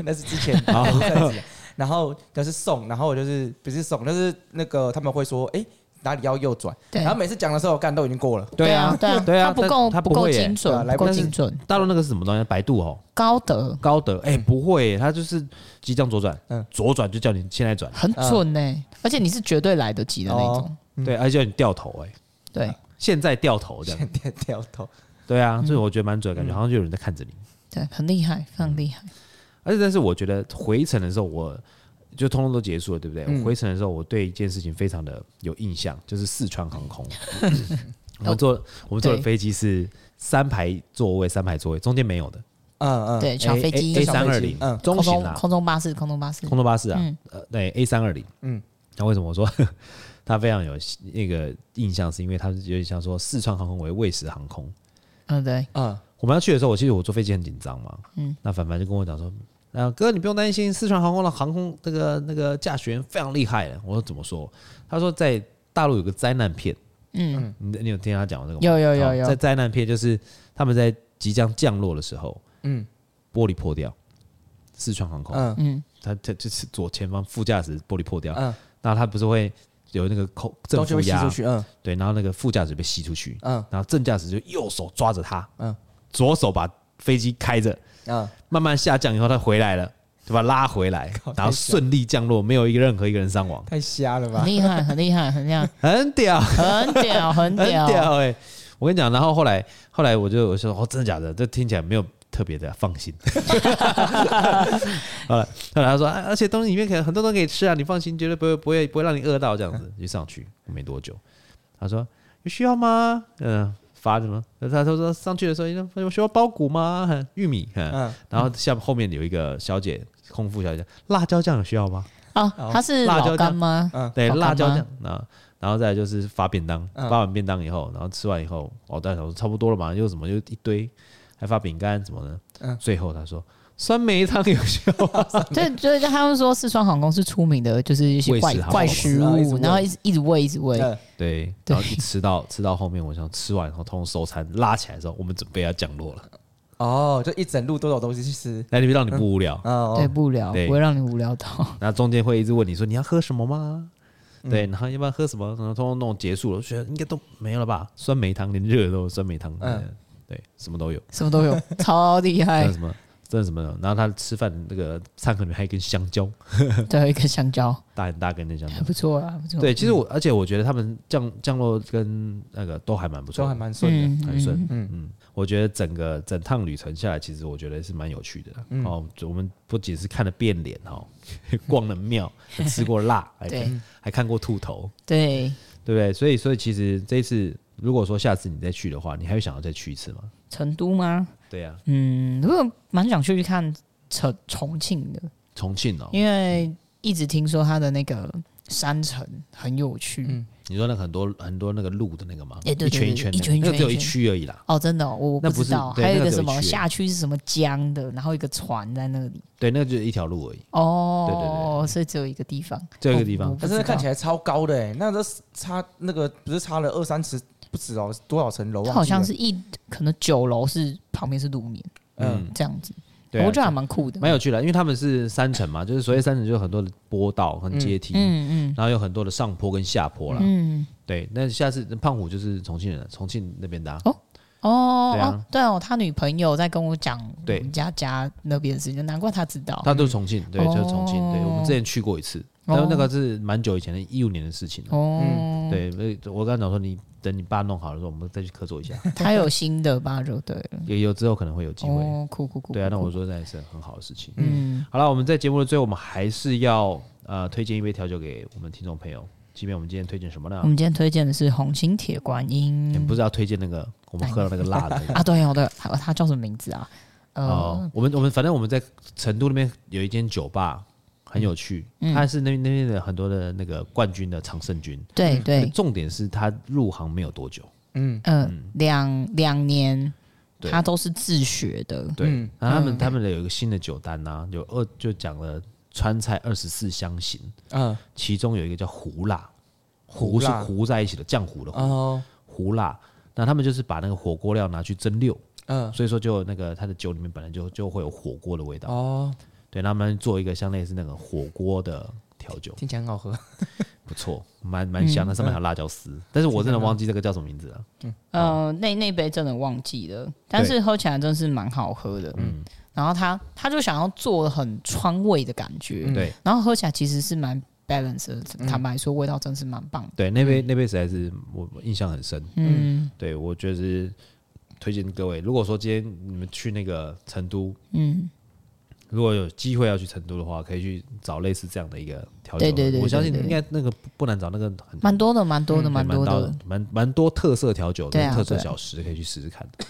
S3: 那是之前
S1: 哦
S3: 那阵子然后就是送，然后我就是不是送，就是那个他们会说，哎、哪里要右转，
S2: 对
S3: 然后每次讲的时候，干都已经过了，
S2: 对啊，对啊，
S1: 对啊，
S2: 它不够
S1: 他
S2: 不够
S1: 会耶
S2: 精
S3: 对啊
S2: 准，
S3: 来
S2: 不够
S1: 但是
S2: 精准。
S1: 大陆那个是什么东西？百度哦，
S2: 高德
S1: 高德哎，不会耶，他就是急降左转
S3: 嗯，
S1: 左转就叫你现在转，
S2: 很准呢、而且你是绝对来得及的那种。
S3: 嗯
S1: 对，而且叫你掉头哎，
S2: 对
S1: 现在掉头 这样，
S3: 点掉头，
S1: 对啊，
S2: 嗯
S1: 所以我觉得蛮准的，感
S3: 嗯
S1: 觉好像就有人在看着你。
S2: 对，很厉害，非常厉害。
S1: 而且，但是我觉得回程的时候，我就通通都结束了，对不对？
S3: 嗯
S1: 我回程的时候，我对一件事情非常的有印象，就是四川航空， 我们坐我们坐的
S2: 嗯哦对
S1: 飞机是三排座位，三排座位中间没有的，哎
S3: 嗯嗯，
S2: 对，小飞
S1: A
S2: 机、
S1: 三二零，
S3: 嗯
S1: 中
S2: 空
S1: 型
S2: 中
S1: 啦，
S2: 空中巴士、空中巴士，
S1: 空中巴士啊，
S2: 嗯
S1: 呃，对 A 三二零，嗯
S3: 嗯，
S1: 那为什么我说 它非常有那个印象，是因为它是有点像说四川航空为喂食航空，
S2: 嗯，对，
S3: 嗯，
S1: 我们要去的时候，我其实我坐飞机很紧张嘛。嗯，那凡凡就跟我讲说：“啊，哥，你不用担心，四川航空的航空那个那个驾驶员非常厉害的。”我说：“怎么说？”他说：“在大陆有个灾难片，
S2: 嗯，
S1: 你你有听他讲过这个吗？
S2: 有有有
S1: 好在
S2: 有，
S1: 灾难片就是他们在即将降落的时候，嗯
S3: 嗯，
S1: 玻璃破掉，四川航空，
S3: 嗯
S2: 嗯，
S1: 他他就是左前方副驾驶玻璃破掉，
S3: 嗯，
S1: 那他不是会有那个空正
S3: 东西
S1: 负
S3: 会吸
S1: 压
S3: 出，去，嗯
S1: 对，然后那个副驾驶被吸出去，
S3: 嗯
S1: 然后正驾驶就右手抓着他，嗯
S3: 嗯，
S1: 左手把飞机开着，
S3: 嗯，
S1: 慢慢下降以后，他回来了，就把他拉回来，然后顺利降落，没有一个任何一个人伤亡，
S3: 太瞎了吧
S2: 很？厉害，很厉害，很厉害，
S1: 很屌，
S2: 很 屌，很
S1: 很
S2: 屌。
S1: 屌哎、我跟你讲，然后后来后来我就我就说哦，真的假的？这听起来没有特别的放 心。好了，后来他说，啊而且东西里面可能很多东西可以吃啊，你放心，绝对不会不会不会让你饿到这样子。就上去没多久，他说有需要吗？嗯。发什么？他他说上去的时候，有需要包谷吗？哼玉米，嗯，
S3: 嗯，
S1: 然后下后面有一个小姐，空腹小姐，辣椒酱有需要吗？
S2: 哦，他是
S1: 辣椒
S2: 老干
S1: 酱
S2: 妈，
S1: 对，
S2: 好看
S1: 辣椒
S2: 吗
S1: 酱啊，然后再来就是发便当，
S3: 嗯
S1: 发完便当以后，然后吃完以后，哦，大家想说差不多了嘛，又什么又一堆，还发饼干什么的，
S3: 嗯
S1: 最后他说酸梅汤有效吗，
S2: 对，就是他们说四川航空是出名的，就是一些
S1: 喂食
S2: 怪
S1: 航空
S2: 怪食
S3: 啊一直
S2: 物，
S3: 喂
S2: 然后一直一直喂，一直喂，
S3: 嗯
S1: 对，然后一吃到吃到后面，我想吃完以后，通通收餐拉起来的时候，我们准备要降落了，哦，
S3: 哦，就一整路都有东西去吃，
S1: 那边让你不无聊，
S3: 哦，
S2: 对，不无聊，
S1: 对
S2: 不会让你无聊到。
S1: 那中间会一直问你说你要喝什么吗？对，然后要不要喝什么？然后通通弄结束了，我觉得应该都没有了吧？酸梅汤连热的都有酸梅汤，
S3: 嗯
S1: 对，什么都有。
S2: 什么都有，超厉
S3: 哎
S1: 还
S2: 害
S1: 有。什么，真的什么的。然后他吃饭那个餐盒里面还有一根香蕉，
S2: 最后一个香蕉，
S1: 大很大根的香蕉
S2: 还。不错啊，还不错。
S1: 对，其实我而且我觉得他们降降落跟那个都还蛮不错
S3: 都还
S1: 的，
S3: 蛮顺的，
S2: 嗯，
S1: 很顺。
S3: 嗯
S1: 嗯嗯，我觉得整个整趟旅程下来，其实我觉得是蛮有趣的啦。
S3: 嗯
S1: 哦，我们不仅是看了变脸哦， 逛了 庙，吃过辣，还
S2: 对
S1: 看还看过兔头，
S2: 对，
S1: 对不对？所以所以其实这一次，如果说下次你再去的话，你还会想要再去一次吗？
S2: 成都吗？
S1: 对呀、啊，
S2: 嗯，我蛮想去看重重庆的，
S1: 重庆哦，
S2: 因为一直听说它的那个山城很有趣。
S1: 你说那个很多很多那个路的那个吗？
S2: 哎对对
S1: 一圈一圈的，
S2: 对对一圈一圈
S1: 那个只有
S2: 一
S1: 一
S2: 圈
S1: 区而已啦。
S2: 哦，真的哦、我我
S1: 那
S2: 不
S1: 不
S2: 知
S1: 是
S2: 道，
S1: 对
S2: 还有一
S1: 那个
S2: 个
S1: 只有
S2: 什么
S1: 一区
S2: 下去是什么江的，然后一个船在那里。
S1: 对，那个就是一条路而已，
S2: 哦，
S1: 对对
S2: 所以只有一个地方，哦
S1: 只有一个地方
S3: 可是那看起
S2: 来
S3: 来超高的哎，那这差那个不是差了二三十不止哦，多少层楼？
S2: 它好像是一可能九楼是旁边是路面
S3: 嗯
S2: 这样子，
S1: 对啊、
S2: 我觉得还蛮酷的。
S1: 蛮有趣的，因为他们是山城嘛，就是所谓山城，就有很多的坡道和阶梯，
S2: 嗯嗯
S1: 然后有很多的上坡跟下坡啦。
S2: 嗯，
S1: 对，那下次胖虎就是重庆人，重庆那边的、啊，
S2: 哦
S1: 对啊
S2: 哦，对哦，他女朋友在跟我讲我
S1: 对
S2: 们家家那边的事情，难怪他知道。
S1: 他都是重庆，对，就是重庆，对
S2: 哦
S1: 我们之前去过一次，但是那个是蛮久以前的，一五年的事情了。嗯
S2: 哦，
S1: 对，所以我刚才讲说，你等你爸弄好的时候，我们再去合 作一下，
S2: 他有新的吧？就对了，
S1: 也有之后可能会有机会。
S2: 哦，酷酷酷，
S1: 对啊，
S2: 酷
S1: 那我
S2: 酷
S1: 说那也是很好的事情。
S2: 嗯，
S1: 好了，我们在节目的最后，我们还是要呃推荐一杯调酒给我们听众朋友。即便我们今天推荐什么呢
S2: 我？们今天推荐的是红心铁观
S1: 也
S2: 音
S1: 不是要推荐那个我们喝了那个辣的那个。
S2: 啊，对哦，对，他他叫什么名字啊？呃，
S1: 哦，我们我们反正我们在成都那边有一间酒吧，很有趣。
S2: 嗯
S1: 他是那那边的很多的那个冠军的常胜军，
S2: 对对，
S1: 重点是他入行没有多久，
S2: 嗯，两两年
S1: 对
S2: 他都是自学的，
S1: 对，然嗯后他们、他们的有一个新的酒单呐、有二就讲了川菜二十四香型，
S3: 嗯，
S1: 其中有一个叫胡辣，
S3: 胡
S1: 胡啊是
S3: 辣
S1: 糊在一起的浆糊的糊，
S3: 哦，
S1: 胡辣。那他们就是把那个火锅料拿去蒸馏，
S3: 嗯，
S1: 所以说就有那个它的酒里面本来就就会有火锅的味道。
S3: 哦，
S1: 对，那他们做一个像类似那个火锅的调酒，
S3: 听起来很好喝，
S1: 不错，蛮蛮香的，上面还有辣椒丝。嗯但是我真的忘记这个叫什么名字了。
S2: 呃，那那杯真的忘记了，但是喝起来真是蛮好喝的。嗯，然后他他就想要做很川味的感觉，
S1: 对
S2: 然后喝起来其实是蛮 balance 的。坦白说，味道真是蛮棒的。
S1: 对，那杯那杯实在是我我印象很深。
S2: 嗯
S1: 对我觉得是推荐各位，如果说今天你们去那个成都，
S2: 嗯，
S1: 如果有机会要去成都的话，可以去找类似这样的一个调酒。
S2: 对对对
S1: 我相信
S2: 对对
S1: 应该那个不不难找，那个很
S2: 蛮多的，嗯蛮多的，
S1: 对蛮
S2: 多
S1: 大
S2: 的。，
S1: 蛮蛮多特色调酒
S2: 对
S1: 跟
S2: 啊
S1: 特色
S2: 对啊
S1: 小食可以去试试看的，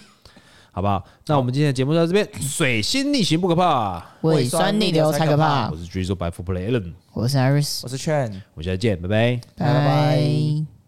S1: 好不好？那我们今天的节目就到这边，水星逆行不可怕。
S2: 胃酸逆流才可怕
S1: 我。是 Drizzle by Four Play Allen，
S2: 我是 Iris，
S3: 我是 Chen。
S1: 我们下次见，拜拜。
S3: 拜拜
S2: 拜